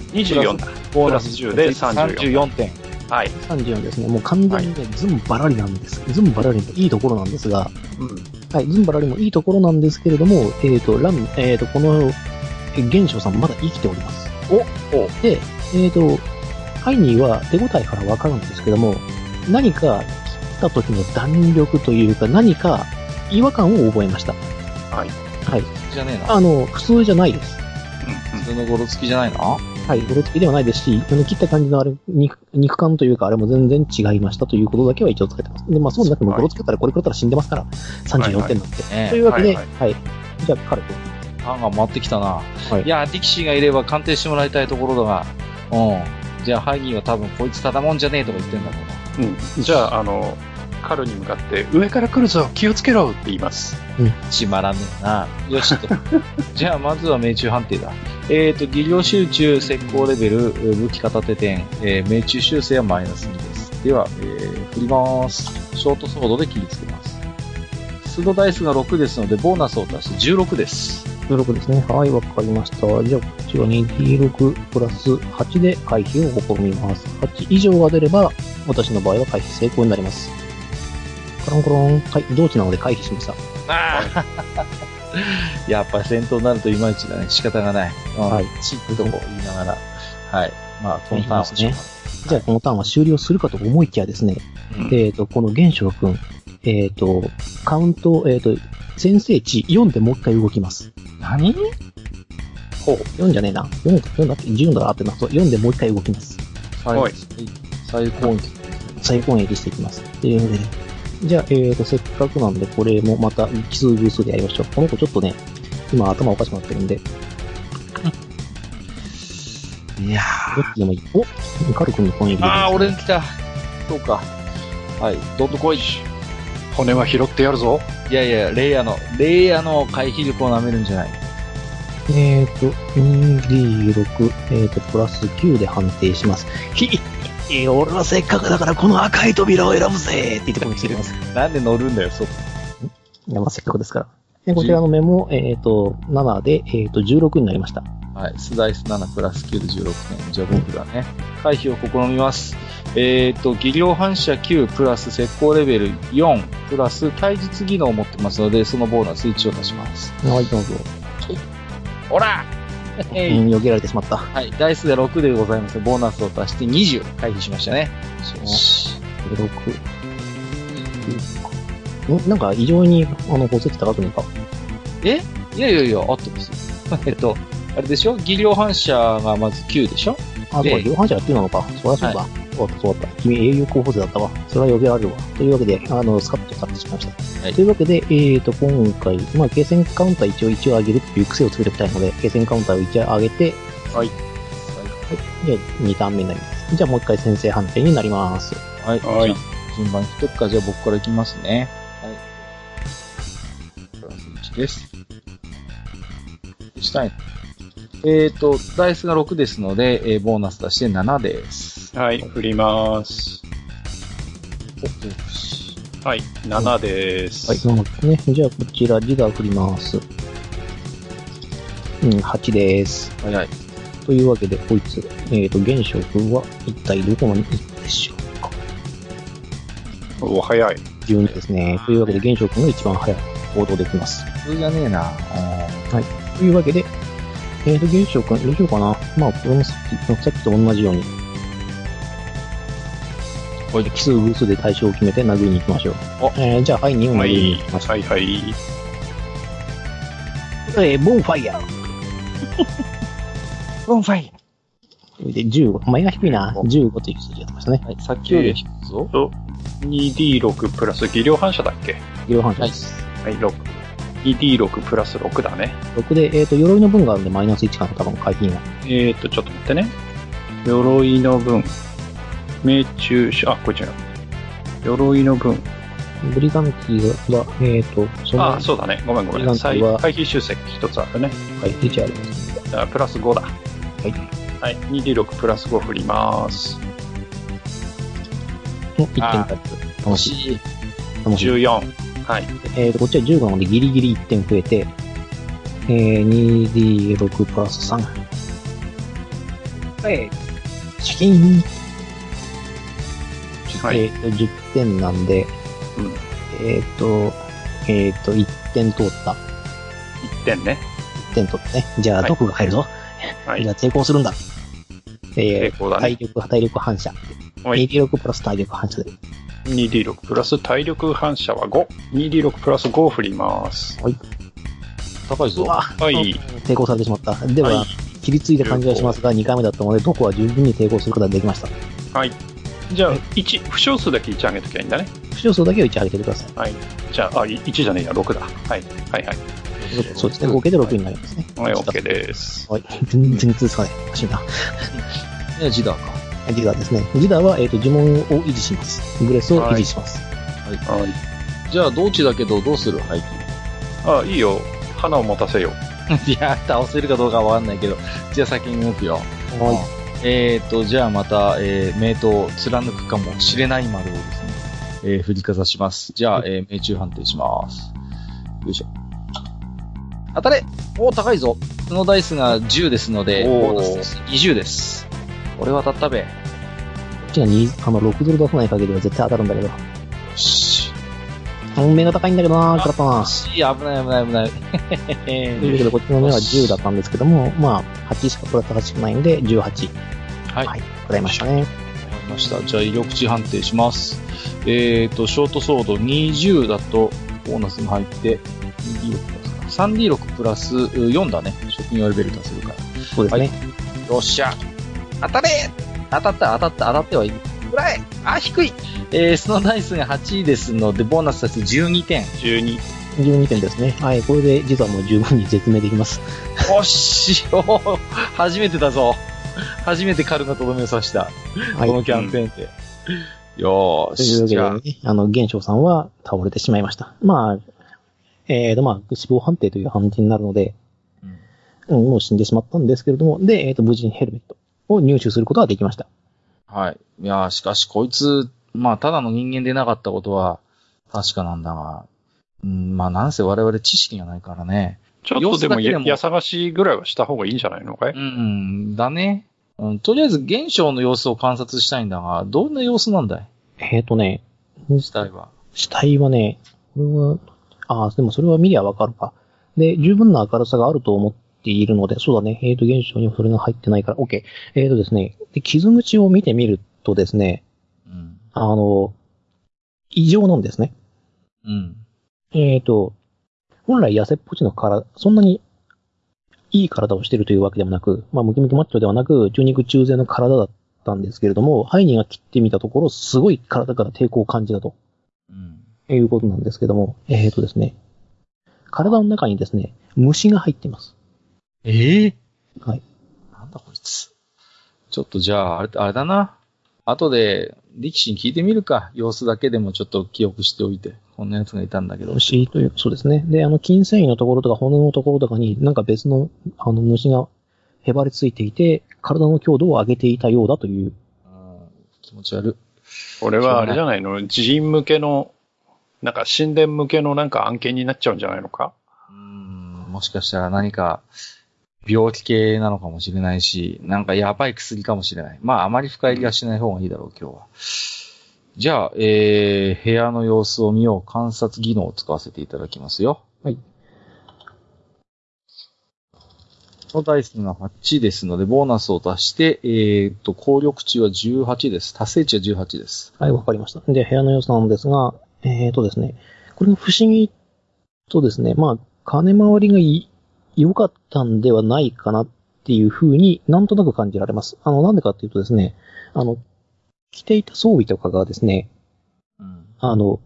S3: 24だ。
S1: ボーナ
S3: ラス
S1: ス
S3: 10で34
S1: 34点。
S3: はい。
S2: 34ですね。もう完全にね、ズンバラリなんです。ズンバラリもいいところなんですが、
S3: うん。
S2: はい、ズンバラリもいいところなんですけれども、えっ、と、ラン、えっ、と、この、えー現象さんまだ生きております。
S3: おお
S2: で、えっ、と、ハイニーは手応えからわかるんですけども、何か切った時の弾力というか、何か違和感を覚えました。
S3: はい。
S2: はい。
S1: じゃねえな。
S2: あの、普通じゃないです。
S1: 普通のゴロつきじゃないな。
S2: はい、ゴロつきではないですし、あの切った感じのあれ、肉、肉感というか、あれも全然違いましたということだけは一応つけてます。で、まあそうでなくても、
S3: は
S2: ゴ
S3: い
S2: ロつけたらこれ食らったら死んでますから、34点なんで。
S1: ね
S2: というわけで、
S3: は
S2: はいい、じゃあ、彼と。
S1: パンが回ってきたな。
S2: はい
S1: い、や、力士がいれば鑑定してもらいたいところだが。うん。じゃあ、ハイニーは多分こいつただもんじゃねえとか言ってんだろうな。
S3: うん。じゃあ、あの、カルに向かって、上から来るぞ気をつけろって言います。
S1: しまらねえな。よしと。じゃあ、まずは命中判定だ。えっ、と、技量集中、石膏レベル、えー武器片手点、えー命中修正はマイナス2です。では、えー振ります。ショートソードで切りつけます。スドダイスが6ですので、ボーナスを足して16です。
S2: 16ですね。はい、わかりました。じゃあ、こっちは 2D6 プラス8で回避を試みます。8以上が出れば、私の場合は回避成功になります。コロンコロン。はい、同値なので回避しました。
S1: ああやっぱ戦闘になるといまいちだね。仕方がない。うん
S2: はい。
S1: チップとこ言いながら。はい。まあ、このターンはしょうがない
S2: じゃあ、このターンは終了するかと思いきやですね、
S1: うん
S2: えっ、と、この玄翔くん、えっ、と、カウント、えっ、と、先生値4でもう一回動きます。
S1: 何
S3: ほう。
S2: 4じゃねえな。4か、4だって、14だなってなと、4でもう一回動きます。
S1: 最
S3: はい
S1: 最高に。
S2: 再攻撃していきます。っていうので、じゃあ、えっ、と、せっかくなんで、これもまた奇数偶数でやりましょう。この子ちょっとね、今頭おかしくなってるんで、ど
S1: いやー。
S2: っちでもいい。おカル君の攻撃で。
S1: ああ、俺に来た。そうか。はい、どんどん来い。
S3: 骨は拾ってやるぞ。
S1: いやいや、レイヤーの、レイヤーの回避力を舐めるんじゃない。
S2: えっ、と、2D6、えっ、と、プラス9で判定します。ひっいや俺はせっかくだからこの赤い扉を選ぶぜって言ってここに来てます。
S1: なんで乗るんだよ、そこ。
S2: いや、まあ、せっかくですから。えこちらの面も、えっ、と、7で、えっ、と、16になりました。
S1: はい。スダイス7プラス9で16点。じゃあ僕がね、回避を試みます。えっ、と、技量反射9プラス石膏レベル4プラス体術技能を持ってますので、そのボーナス1を足します。
S2: はい、どうぞ。
S1: ほら
S2: う
S1: えい
S2: ん、避けられてしまった。
S1: はい。ダイスで6でございます。ボーナスを足して20回避しましたね。よし。
S2: 6。んなんか、異常に、あの、骨折高くねえか。
S1: いやいやいや、あってますよ。 (laughs) えっと、あれでしょ技量反射がまず9でしょ
S2: あ、
S1: で
S2: そうか、両反射が9なのか。そりゃそうだ。そうだった、そうだった。君、英雄候補生だったわ。それは避けられるわ。というわけで、あの、スカッとされてしまいました。
S1: はい
S2: というわけで、えっ、と、今回、まあ、ゲーセンカウンター一応一応上げるっていう癖をつけておきたいので、ゲーセンカウンターを一応上げて、で、2ターン目になります。じゃあもう一回先生判定になります。
S1: はい。
S3: は
S1: じ
S3: い
S1: ゃあ順番に一つか、じゃあ僕からいきますね。はい。プラス1です。したい。えっ、と、ダイスが6ですので、えーボーナス出して7です。
S3: はい、振ります。はい、7です。
S2: はい、なのでね、じゃあこちら、リダー振ります。うん、8です。
S1: お早い。
S2: というわけで、こいつ、えっ、ー、と、現象君は一体どこまで行ったでしょうか。
S3: お、早い。
S2: 12ですね。というわけで、現象君が一番早く行動できます。
S1: 普通じゃねえな。
S2: というわけで、えーと、現象君、どうしようかな。まあ、これもさっきさっきと同じように。これで奇数偶数で対象を決めて殴りに行きましょう。えーじゃあ、はい、2を
S3: は
S2: 殴りに
S3: い
S2: 行きましょう、
S3: はい、はい。
S2: えーボンファイヤー。ボンファイヤー。で、15。前が低いな。15という数字が出ましたね。
S1: はい。さっきよりは低いぞ。
S3: と、2D6 プラス技量反射だっけ
S2: 両半射です。
S3: はい、6。2D6 プラス6だね。
S2: 6で、えっ、と、鎧の分があるんで、マイナス1かな、多分、回避には。
S3: えーと、ちょっと待ってね。鎧の分。命中し、あ、こっちら。鎧の分。
S2: ブリガンティが、えっ、と、その
S3: あ、そうだね。ごめんごめ
S2: なん
S3: ん。
S2: とは
S3: 再回避集積一つあるね。
S2: 回避あります。。
S3: あプラス5だ。はいはい、2D6 プラス5振ります。
S2: の1点
S3: あ
S2: 回復。楽しい。
S1: しい。
S2: 楽しい。
S3: 14。はい。
S2: えっ、と、こっちは15なので、ギリギリ1点増えて、えー、2D6 プラス3。はい。シャキーン。
S3: はい
S2: えっ、と、10点なんで、
S3: うん
S2: えっ、と、えっ、と、1点通った。
S3: 1点ね。
S2: 1点取ったね。じゃあ、
S3: はい
S2: 毒が入るぞ。
S3: はい
S2: じゃ。あ、抵抗するんだ。え
S3: 成
S2: ー、
S3: 功だ
S2: 体
S3: ね。
S2: 力、体力反射。
S3: はい
S2: 2D6 プラス体力反射で。
S3: 2D6 プラス体力反射は5。2D6 プラス5を振ります。
S1: 高いぞ。
S2: わ
S3: はい。
S2: 抵抗されてしまった。では、
S3: はい
S2: 切りついた感じはしますが、2回目だったので、毒は十分に抵抗することができました。
S3: はい。じゃあ、
S2: はい
S3: 1、負傷数だけ1上げときゃいいんだね。
S2: 不傷数だけを1上げてください。
S3: じゃあ、あい1じゃねえや、6だ。はい。はいはい。
S2: そうですね。合計で6になりますね。
S3: はい、OK です。
S2: はい。全然通さない。おかしいな。
S1: いや、ジダーか。
S2: ギダーですね。ギダーは、えっ、と、呪文を維持します。グレスを維持します。
S3: はい。
S1: じゃあ、同値だけど、どうする配
S3: あ、いいよ。花を持たせよ
S1: (laughs) 球。いや、倒せるかどうかわかんないけど、じゃあ先に動くよ。
S2: はい。
S1: えーと、じゃあまた、えー、名刀を貫くかもしれない丸をですね、えー、振りかざします。じゃあ、えー、命中判定します。よいしょ。当たれおー、高いぞそのダイスが10ですので、
S3: お
S1: ボ
S3: ー
S1: ーナスとして20です。これは当たったべ。よ
S2: こっちが2、あの、6ドル出さない限りは絶対当たるんだけど。
S1: し。
S2: うん目が高いんだけどな食らったな
S1: し危ない危ない危ない。へ
S2: という
S1: へへ
S2: ことで、こっちの目は10だったんですけども、まあ、8しかプラス8しかないんで、
S1: (laughs)
S2: 18。
S1: はい
S2: はい。食らいましたね。
S1: わかりました。じゃあ、威力値判定します。えーと、ショートソード20だと、ボーナスも入って、3D6 プラスか 3D6 プラス4だね。職業レベル出せるから。
S2: そうですね。
S1: よっしゃ。当たれ当たった、当たった、当たってはいる。ぐらいあ、低いえー、スノーダイスが8位ですので、ボーナスたち12点。
S3: う。12。
S2: 12点ですね。はい。これで、実はもう十分に絶命できます。
S1: おっしおー初めてだぞ。初めてカルがとどめを刺した。
S2: はい。
S1: このキャンペーンで。よー
S2: という
S1: し、
S2: わけ
S1: じゃあ
S2: で、ね、あの、現象さんは倒れてしまいました。まあ、えーと、まあ、死亡判定という判定になるので、うん、もう死んでしまったんですけれども、で、えーと、無事にヘルメットを入手することができました。
S1: はい。いやーしかしこいつ、まあ、ただの人間でなかったことは確かなんだが、うん、まあ、なんせ我々知識がないからね。
S3: ちょっとでも
S1: 様子だけで
S3: や、
S1: も
S3: やさがしぐらいはした方がいいんじゃないのかい
S1: うん、うん、だね。うん、とりあえず現象の様子を観察したいんだが、どんな様子なんだい
S2: えっ、とね、
S1: 死体は。
S2: 死体はね、これは、ああ、でもそれは見りゃわかるか。で、十分な明るさがあると思っているので、そうだね、えっ、と、現象にもそれが入ってないから、OK。えっ、とですね、で、傷口を見てみるとですね、
S1: うん。
S2: あの、異常なんですね。
S1: うん。
S2: えっ、と、本来痩せっぽちの体、そんなにいい体をしているというわけでもなく、まあ、ムキムキマッチョではなく、中肉中背の体だったんですけれども、ハイニーが切ってみたところ、すごい体から抵抗を感じたと。
S1: うん。
S2: いうことなんですけども、えーとですね、体の中にですね、虫が入っています。
S1: ええ
S2: はい。
S1: なんだこいつ。ちょっとじゃあ、あれ、あれだな。後で、力士に聞いてみるか。様子だけでもちょっと記憶しておいて。こんな奴がいたんだけど。
S2: 虫という、そうですね。で、あの、筋繊維のところとか骨のところとかに、なんか別の、あの、虫がへばりついていて、体の強度を上げていたようだという。
S1: うん気持ち悪
S3: これはあれじゃないの寺院向けの、なんか神殿向けのなんか案件になっちゃうんじゃないのか
S1: い。うん。もしかしたら何か、病気系なのかもしれないし、なんかやばい薬かもしれない。まあ、あまり深入りはしない方がいいだろう、今日は。じゃあ、えー、部屋の様子を見よう。観察技能を使わせていただきますよ。
S2: はい。
S1: このダイスが8ですので、ボーナスを足して、えー、と、効力値は18です。達成値は18です。
S2: はい、わかりました。で、部屋の良さなんですが、えーとですね、これが不思議とですね、まあ、金回りがい良かったんではないかなっていうふうになんとなく感じられます。あの、なんでかっていうとですね、あの、着ていた装備とかがですね、
S1: うん。
S2: あの、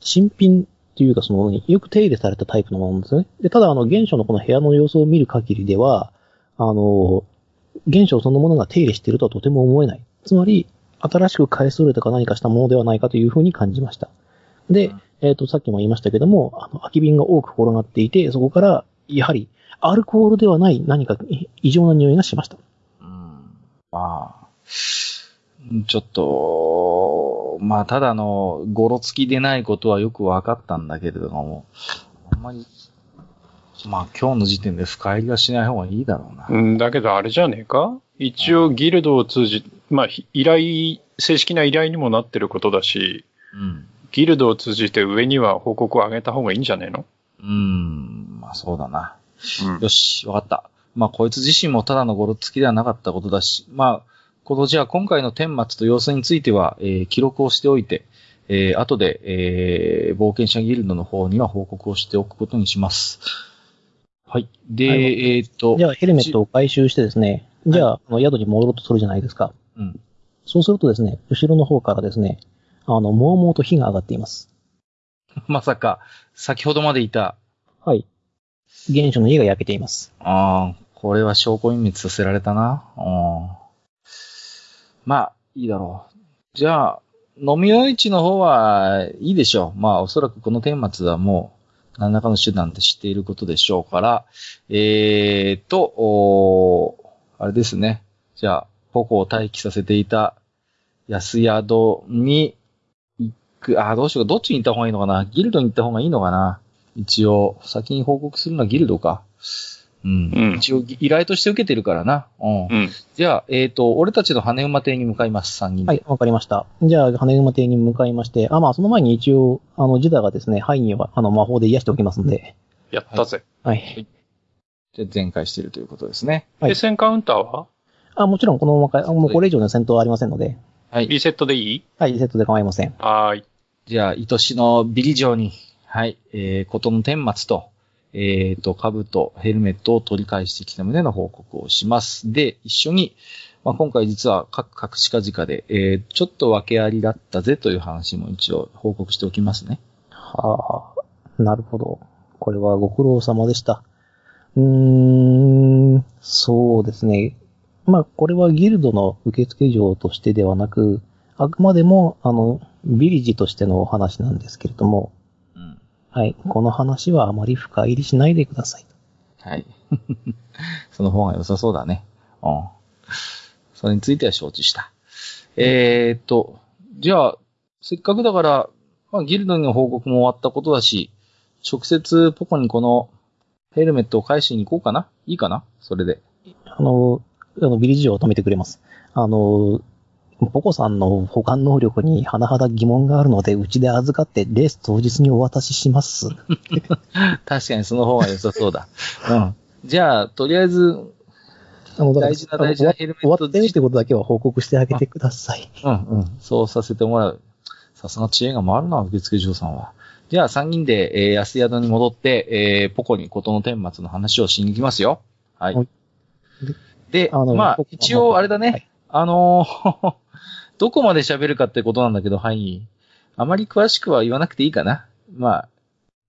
S2: 新品というかその、よく手入れされたタイプのものなんですよね。で、ただあの、現象のこの部屋の様子を見る限りでは、あの、現象そのものが手入れしているとはとても思えない。つまり、新しく買い揃えたか何かしたものではないかというふうに感じました。で、えっ、と、さっきも言いましたけども、あの、空き瓶が多く転がっていて、そこから、やはり、アルコールではない何かい異常な匂いがしました。
S1: うんまあ、うんちょっと、まあ、ただの、ごろつきでないことはよくわかったんだけれども、あんまり、まあ、今日の時点で深入りはしない方がいいだろうな。
S3: うん、だけどあれじゃねえか一応ギルドを通じ、まあ、ひ依頼、正式な依頼にもなってることだし、
S1: うん。
S3: ギルドを通じて上には報告を上げた方がいいんじゃねえの
S1: うん、まあ、そうだな。
S3: うん
S1: よし、わかった。まあ、こいつ自身もただのごろつきではなかったことだし、まあ、このじゃあ今回の顛末と様子については、えー記録をしておいて、えー後で、えー冒険者ギルドの方には報告をしておくことにします。はい。で、
S2: はい
S1: えーっと
S2: じ、ゃあ、ヘルメットを回収してですね、じゃあ、あの宿に戻ろうとするじゃないですか。
S1: うん。
S2: そうするとですね、後ろの方からですね、あの、もうもうと火が上がっています。
S1: まさか、先ほどまでいた、
S2: はい。原初の家が焼けています。
S1: ああ、これは証拠隠滅させられたな。うんまあ、いいだろう。じゃあ、飲みの市の方はいいでしょう。まあ、おそらくこの顛末はもう、何らかの手段で知っていることでしょうから、えーっと、おーあれですね。じゃあ、ポコを待機させていた安宿に行く、あー、どうしようか。どっちに行った方がいいのかな。ギルドに行った方がいいのかな。一応、先に報告するのはギルドか。うん。
S3: うん
S1: 一応、依頼として受けてるからな。うん。
S3: うん。
S1: じゃあ、えっ、と、俺たちの羽馬邸に向かいます、三人で。
S2: は。い、わかりました。じゃあ、羽沼邸に向かいまして、あ、まあ、その前に一応、あの、ジダがですね、ハイには、あの、魔法で癒しておきますんで、
S3: やったぜ。
S2: はい。
S1: で、全開しているということですね。
S2: はい
S3: で、戦カウンターは
S2: あ、もちろんこのままか、あもうこれ以上の戦闘はありませんので、
S1: はい。
S3: リセットでいい
S2: はい、リセットで構いません。
S3: はーい。
S1: じゃあ、愛しのビリ城に、はい、えー、ことの顛末と、えっ、と、兜、ヘルメットを取り返してきた旨の報告をします。で、一緒に、まあ、今回実は各各近々で、えー、ちょっと訳ありだったぜという話も一応報告しておきますね。
S2: はあ、なるほど。これはご苦労様でした。うーん、そうですね。まあ、これはギルドの受付嬢としてではなく、あくまでも、あの、ビリジとしてのお話なんですけれども、
S1: うん。
S2: はい、この話はあまり深入りしないでください。
S1: はい。 (laughs) その方が良さそうだね。うん。それについては承知した。えーっと、じゃあ、せっかくだから、まあ、ギルドにの報告も終わったことだし、直接ポコにこのヘルメットを返しに行こうかないいかなそれで。
S2: あの、あのビリ事情を止めてくれます。あの、ポコさんの保管能力に甚だ疑問があるので、うちで預かってレース当日にお渡しします。
S1: 確かにその方が良さそうだ。 (laughs) うん。じゃあ、とりあえず、
S2: あの、だから
S1: 大事な大事なヘルメッ
S2: 終
S1: ト
S2: わったよってことだけは報告してあげてください。
S1: うんうん。そうさせてもらう。さすが知恵が回るな、受付嬢さんは。じゃあ3人で、えー、安宿に戻って、えー、ポコにことの天末の話をしに行きますよ。はい。
S2: はい
S1: で、
S2: あの
S1: まあ
S2: ポコ、
S1: 一応あれだね、
S2: はい
S1: あのー (laughs) どこまで喋るかってことなんだけど、範囲。あまり詳しくは言わなくていいかな。まあ、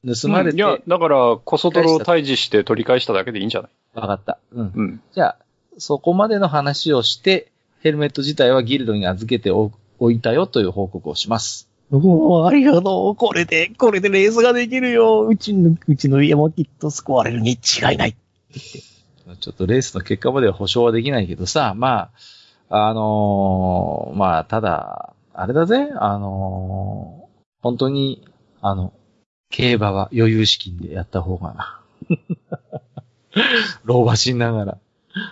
S1: 盗まれ
S3: うんい
S1: て、
S3: や
S1: わ、
S3: だから、こそ泥を退治して取り返しただけでいいんじゃない
S1: かった。うん。
S3: うん。
S1: じゃあ、そこまでの話をして、ヘルメット自体はギルドに預けておおいたよという報告をします。
S2: うおーありがとう。これで、これでレースができるよ。うちの、うちの家もきっと救われるに違いない。
S1: ちょっとレースの結果までは保証はできないけどさ、まあ、あのーまあ、ただ、あれだぜ、あのー本当に、あの、競馬は余裕資金でやった方がな。 (laughs) 老婆しながら。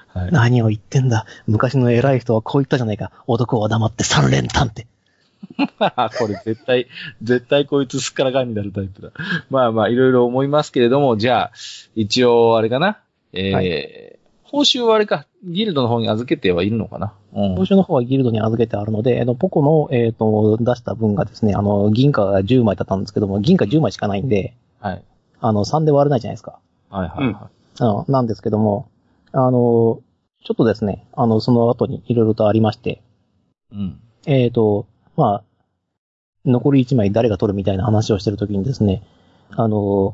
S1: はい。
S2: 何を言ってんだ。昔の偉い人はこう言ったじゃないか。男は黙って三連単って。
S1: (laughs) これ絶対、絶対こいつすっからかんになるタイプだ。まあまあ、いろいろ思いますけれども、じゃあ、一応、あれかな。えー
S2: は
S1: 報酬はあれか、ギルドの方に預けてはいるのかな。うん
S2: 報酬の方はギルドに預けてあるので、えっと、ポコの、えっ、と、出した分がですね、あの、銀貨が10枚だったんですけども、銀貨10枚しかないんで、
S1: はい。
S2: あの、3で割れないじゃないですか。
S1: はいはいはい。
S2: あの、なんですけども、あの、ちょっとですね、あの、その後にいろいろとありまして、
S1: うん。
S2: えっ、と、まあ、残り1枚誰が取るみたいな話をしてるときにですね、あの、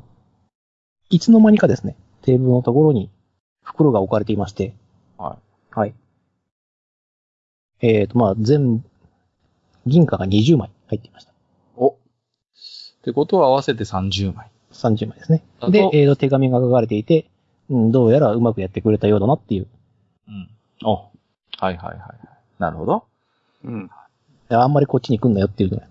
S2: いつの間にかですね、テーブルのところに袋が置かれていまして、
S1: は
S2: はい。えっ、と、まあ、全、銀貨が20枚入っていました。
S1: お。ってことは合わせて30枚。
S2: 30枚ですね
S1: あ。と
S2: で、えーと、手紙が書かれていて、うん、どうやらうまくやってくれたようだなっていう。
S1: うん。お。はいはいはい。なるほど。
S3: うん。
S2: であんまりこっちに来んなよっていうぐら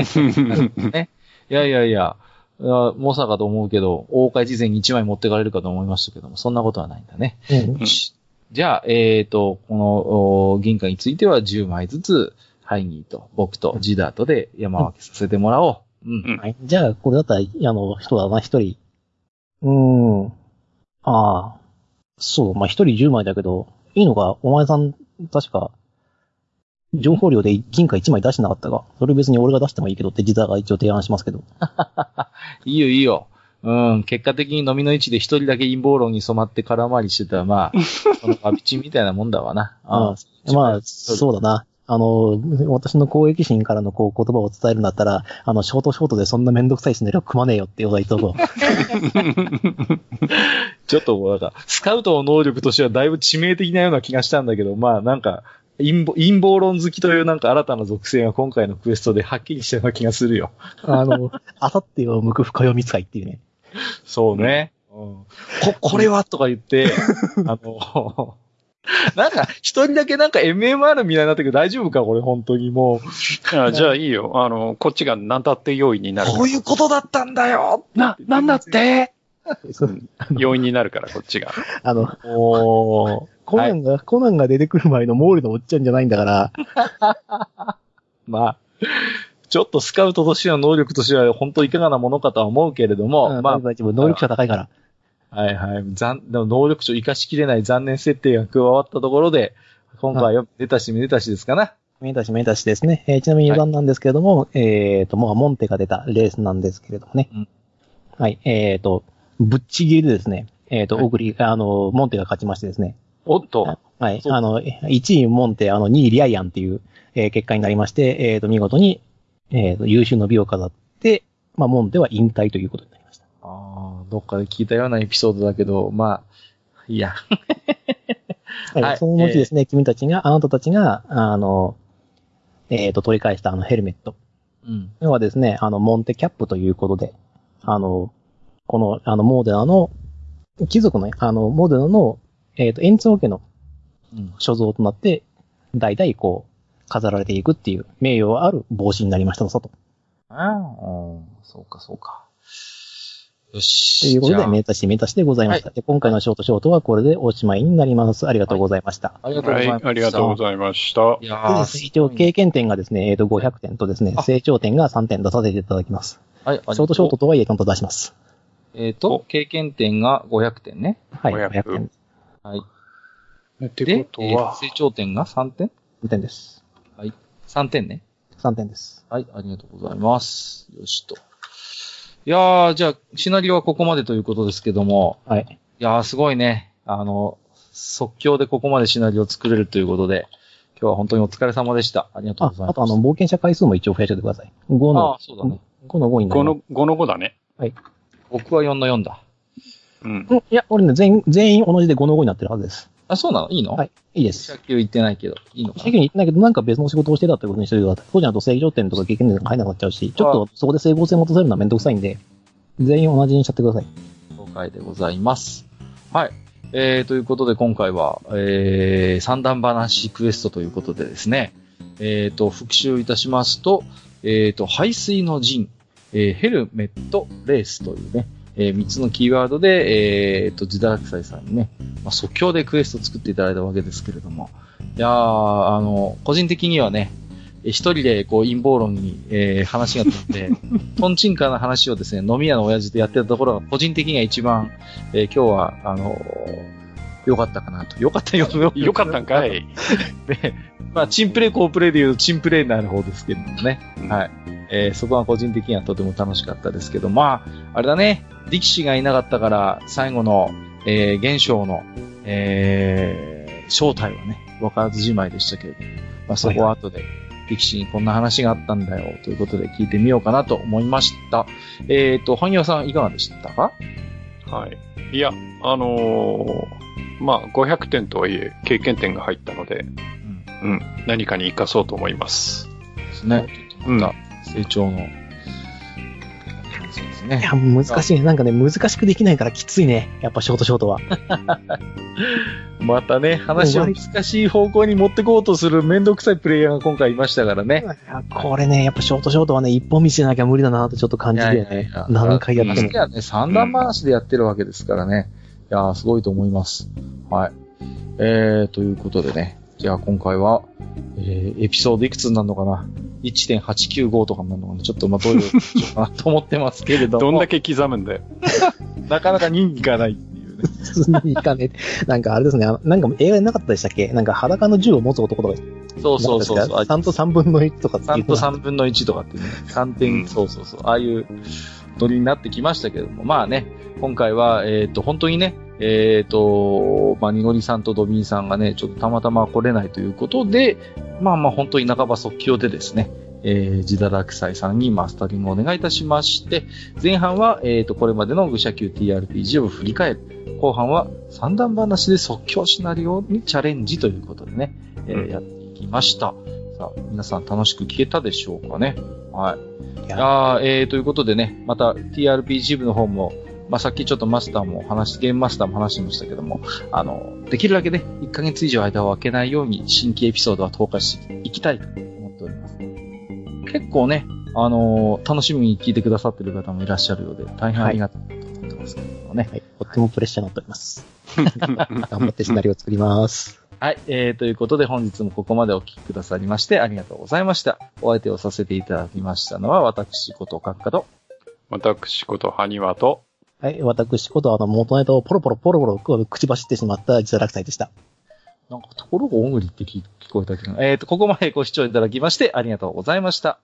S2: い。
S1: ね。いやいやいや、あ猛者かと思うけど、大会事前に1枚持ってかれるかと思いましたけども、そんなことはないんだね。
S2: うん
S3: うん
S1: しじゃあ、えっ、と、このお銀貨については10枚ずつ、ハイニーと僕とジダートで山分けさせてもらおう。うん。
S3: うん
S2: はい。じゃあ、これだったら、あの、人だな、一人。うーん。ああ。そう、まあ、一人10枚だけど、いいのか、お前さん、確か、情報量で銀貨1枚出してなかったが、それ別に俺が出してもいいけどって自体が一応提案しますけど。
S1: いいよいいよ。うん、結果的に飲みの位置で一人だけ陰謀論に染まって空回りしてたら、 (laughs) まあ、このアビチみたいなもんだわな。あ
S2: うんまあ、そうだな。あの、私の公益心からのこう言葉を伝えるんだったら、あの、ショートショートでそんなめんどくさいシナリオ組まねえよってお題とこう。
S1: ちょっともうなんか、スカウトの能力としてはだいぶ致命的なような気がしたんだけど、まあなんか、陰謀陰謀論好きというなんか新たな属性が今回のクエストではっきりしたような気がするよ。
S2: (laughs) あの、あさってを向く深読み使いっていうね。
S1: そうね。うん、こ、これはとか言って、あの、なんか、一人だけなんか MMR みたいになってるけど大丈夫かこれ本当にもう。
S3: あじゃあいいよ。あの、こっちがなんだって要因になるから。
S1: こういうことだったんだよ
S3: な、なんだって
S2: そう
S3: うん要因になるから、こっちが。
S2: あの、
S1: おー。
S2: コナンが、コナンが出てくる前の毛利のおっちゃんじゃないんだから、
S1: まあ、ちょっとスカウトとしての能力としては本当いかがなものかとは思うけれども、
S2: うん
S1: まあ
S2: 大丈夫大丈夫能力者高いから。
S1: はいはい。残、でも能力値を活かしきれない残念設定が加わったところで、今回はめでたしめでたしですかな。
S2: めたしめたしですね。えーちなみに
S1: はい
S2: 余談なんですけれども、えっ、と、まあ、モンテが出たレースなんですけれどもね。
S1: うん
S2: はい、えっ、と、ぶっちぎりでですね、えっ、と、
S1: はい
S2: オグリ、あの、モンテが勝ちましてですね。
S1: おっと。
S2: はい、
S1: そう
S2: あの、1位モンテ、あの、2位リアイアンっていう、えー結果になりまして、えっ、と、見事に、えっ、と、優秀の美を飾って、まあ、モンテは引退ということになりました。
S1: ああ、どっかで聞いたようなエピソードだけど、まあ、いや。
S2: はい、
S1: はい
S2: その後ですね、君たちが、あなたたちが、あの、えっ、と、取り返したあのヘルメット。
S1: うん。
S2: 要はですね、あの、モンテキャップということで、あの、この、あの、モーデナの、貴族の、あの、モーデナの、えっ、と、延長家の
S1: うん。
S2: 所蔵となって、代々こう、飾られていくっていう名誉ある帽子になりましたと、と。
S1: あうん、そうか、そうか。よ
S2: と
S1: し。
S2: いうこと
S1: じ
S2: で、
S1: ゃあ
S2: メータシメータシでございました。で今回のショートショートはこれでおしまいになります。ありがとうございました。
S1: ありがとうご
S3: は
S1: ざい
S3: い、
S1: ます。
S3: ありがとうございました。
S1: いや
S2: で
S1: ー
S2: ですね一応、経験点がですね、えっ、と、500点とですね
S1: あ、
S2: 成長点が3点出させていただきます。
S1: はい、
S2: ショートショート。とはいえ、ちゃんと出します。
S1: えっ、と、経験点が500点ね。
S2: はい、
S3: 500
S2: 500点。
S1: はい。
S3: って
S1: で、
S3: こと
S1: えー
S3: は、
S1: 成長点が3点
S2: 3点です。
S1: ?3 点ね。
S2: 3点です。
S1: はい、ありがとうございます。よしと。いやー、じゃあ、シナリオはここまでということですけども、
S2: はい。
S1: いやー、すごいね。あの、即興でここまでシナリオを作れるということで、今日は本当にお疲れ様でした。ありがとう
S2: あ
S1: ございます。
S2: あと、あの、冒険者回数も一応増やしておいてください。5
S1: あ
S2: の、
S1: そうだね。
S2: 5の5にな
S3: 5
S2: ります。
S3: の、5の5だね。
S1: 僕は4の4だ。
S3: うん。
S2: うんいや、俺ね、全員、全員同じで5の5になってるはずです。
S1: あ、そうなのいいの
S2: はい。いいで
S1: 野
S2: す。
S1: 球行ってないけど、いいのか
S2: 正
S1: な
S2: 直に言ってないけど、なんか別の仕事をしてたってことにしてるよ。そうじゃないと成長点とか経験点が入らなくなっちゃうし、ちょっとそこで整合性持たせるのはめんどくさいんで、全員同じにしちゃってください。
S1: 了解でございます。はい。えー、ということで今回は、えー、三段話クエストということでですね、えー、と、復習いたしますと、えー、と、排水の陣、えー、ヘルメット、レースというね、えー、三つのキーワードで、えー、と、自堕落斎さんにね、まあ、即興でクエスト作っていただいたわけですけれども、いやー、あの、個人的にはね、えー一人でこう陰謀論に、えー話が飛んで、 (laughs) トンチンカンな話をですね、飲み屋の親父とやってたところが、個人的には一番、えー今日は、あのー良かったかなと。良かったよ、
S3: よかったんかい。
S1: で、まあ、チンプレイ、コープレイで言うと、チンプレイになる方ですけどもね。はい。えーそこは個人的にはとても楽しかったですけど、まあ、あれだね、力士がいなかったから、最後の、えー、現象の、えー正体はね、分からずじまいでしたけれども、まあ、そこは後で、力士にこんな話があったんだよ、ということで聞いてみようかなと思いました。えっ、と、本屋さんいかがでしたか
S3: はい。いや、あのーまあ、500点とはいえ、経験点が入ったの
S1: う
S3: で、
S1: ん。で
S3: うん、何かに活かそうと思います。
S1: すね。ちょっと
S3: うん
S1: また、成長の、そうですね
S2: い。や、難しいね。なんかね、難しくできないからきついね。やっぱショートショートは。
S1: またね、話を難しい方向に持ってこうとするめんどくさいプレイヤーが今回いましたからね。
S2: これね、やっぱショートショートはね、一本道じゃなきゃ無理だなとちょっと感じ
S1: い
S2: て
S1: やいやい
S2: ね
S1: や、
S2: 何回やっ
S1: ま
S2: て
S1: し
S2: も。
S1: てやね、三段話でやってるわけですからね。いやー、すごいと思います。はい。えー、ということでね。じゃあ今回は、えー、エピソードいくつになるのかな ?1.895 とかになるのかなちょっとまあどういうことしようかなと思ってますけれ (laughs) ども。
S3: どんだけ刻むんだよ。
S1: なかなか人気がないっていうね。
S2: 普通にいかねえ。なんかあれですね、あのなんか映画になかったでしたっけなんか裸の銃を持つ男とか、
S1: そうそうそうそう。
S2: 3と3分の1とかってい
S1: 3
S2: う
S1: と
S2: のは
S1: 3分の1とかってね、3点、
S3: うん
S1: そうそうそう、ああいうノリになってきましたけども、まあね、今回は、えっ、と、本当にね、えっ、と、まあ、にごりさんとドビンさんがね、ちょっとたまたま来れないということで、まあまあ本当に半ば即興でですね、えー、自堕落斎さんにマスタリングをお願いいたしまして、前半は、えっ、と、これまでの愚者級 TRPG を振り返る。後半は三段話で即興シナリオにチャレンジということでね、えー
S3: うん
S1: やっていきました。さあ、皆さん楽しく聞けたでしょうかね。はい。
S2: いや
S1: ああ、えー、ということでね、また TRPG 部の方も、まあ、さっきちょっとマスターも話し、ゲームマスターも話しましたけども、あの、できるだけね、1ヶ月以上間を空けないように新規エピソードは投下していきたいと思っております。結構ね、あのー楽しみに聞いてくださってる方もいらっしゃるようで、大変ありがたいと思ってますけどもね。
S2: はい、とってもプレッシャーになってお
S1: (laughs)
S2: ります。頑張ってシナリオを作ります。
S1: はい、えー、ということで本日もここまでお聞きくださりましてありがとうございました。お相手をさせていただきましたのは、私こと閣下と、
S3: 私こと、ハニワと、
S2: はい、私ことあの元ネタをポロポロポロポロ口走ってしまった自堕落祭でした。
S1: なんかところがおぐりって聞聞こえたけど、えー、と、ここまでご視聴いただきましてありがとうございました。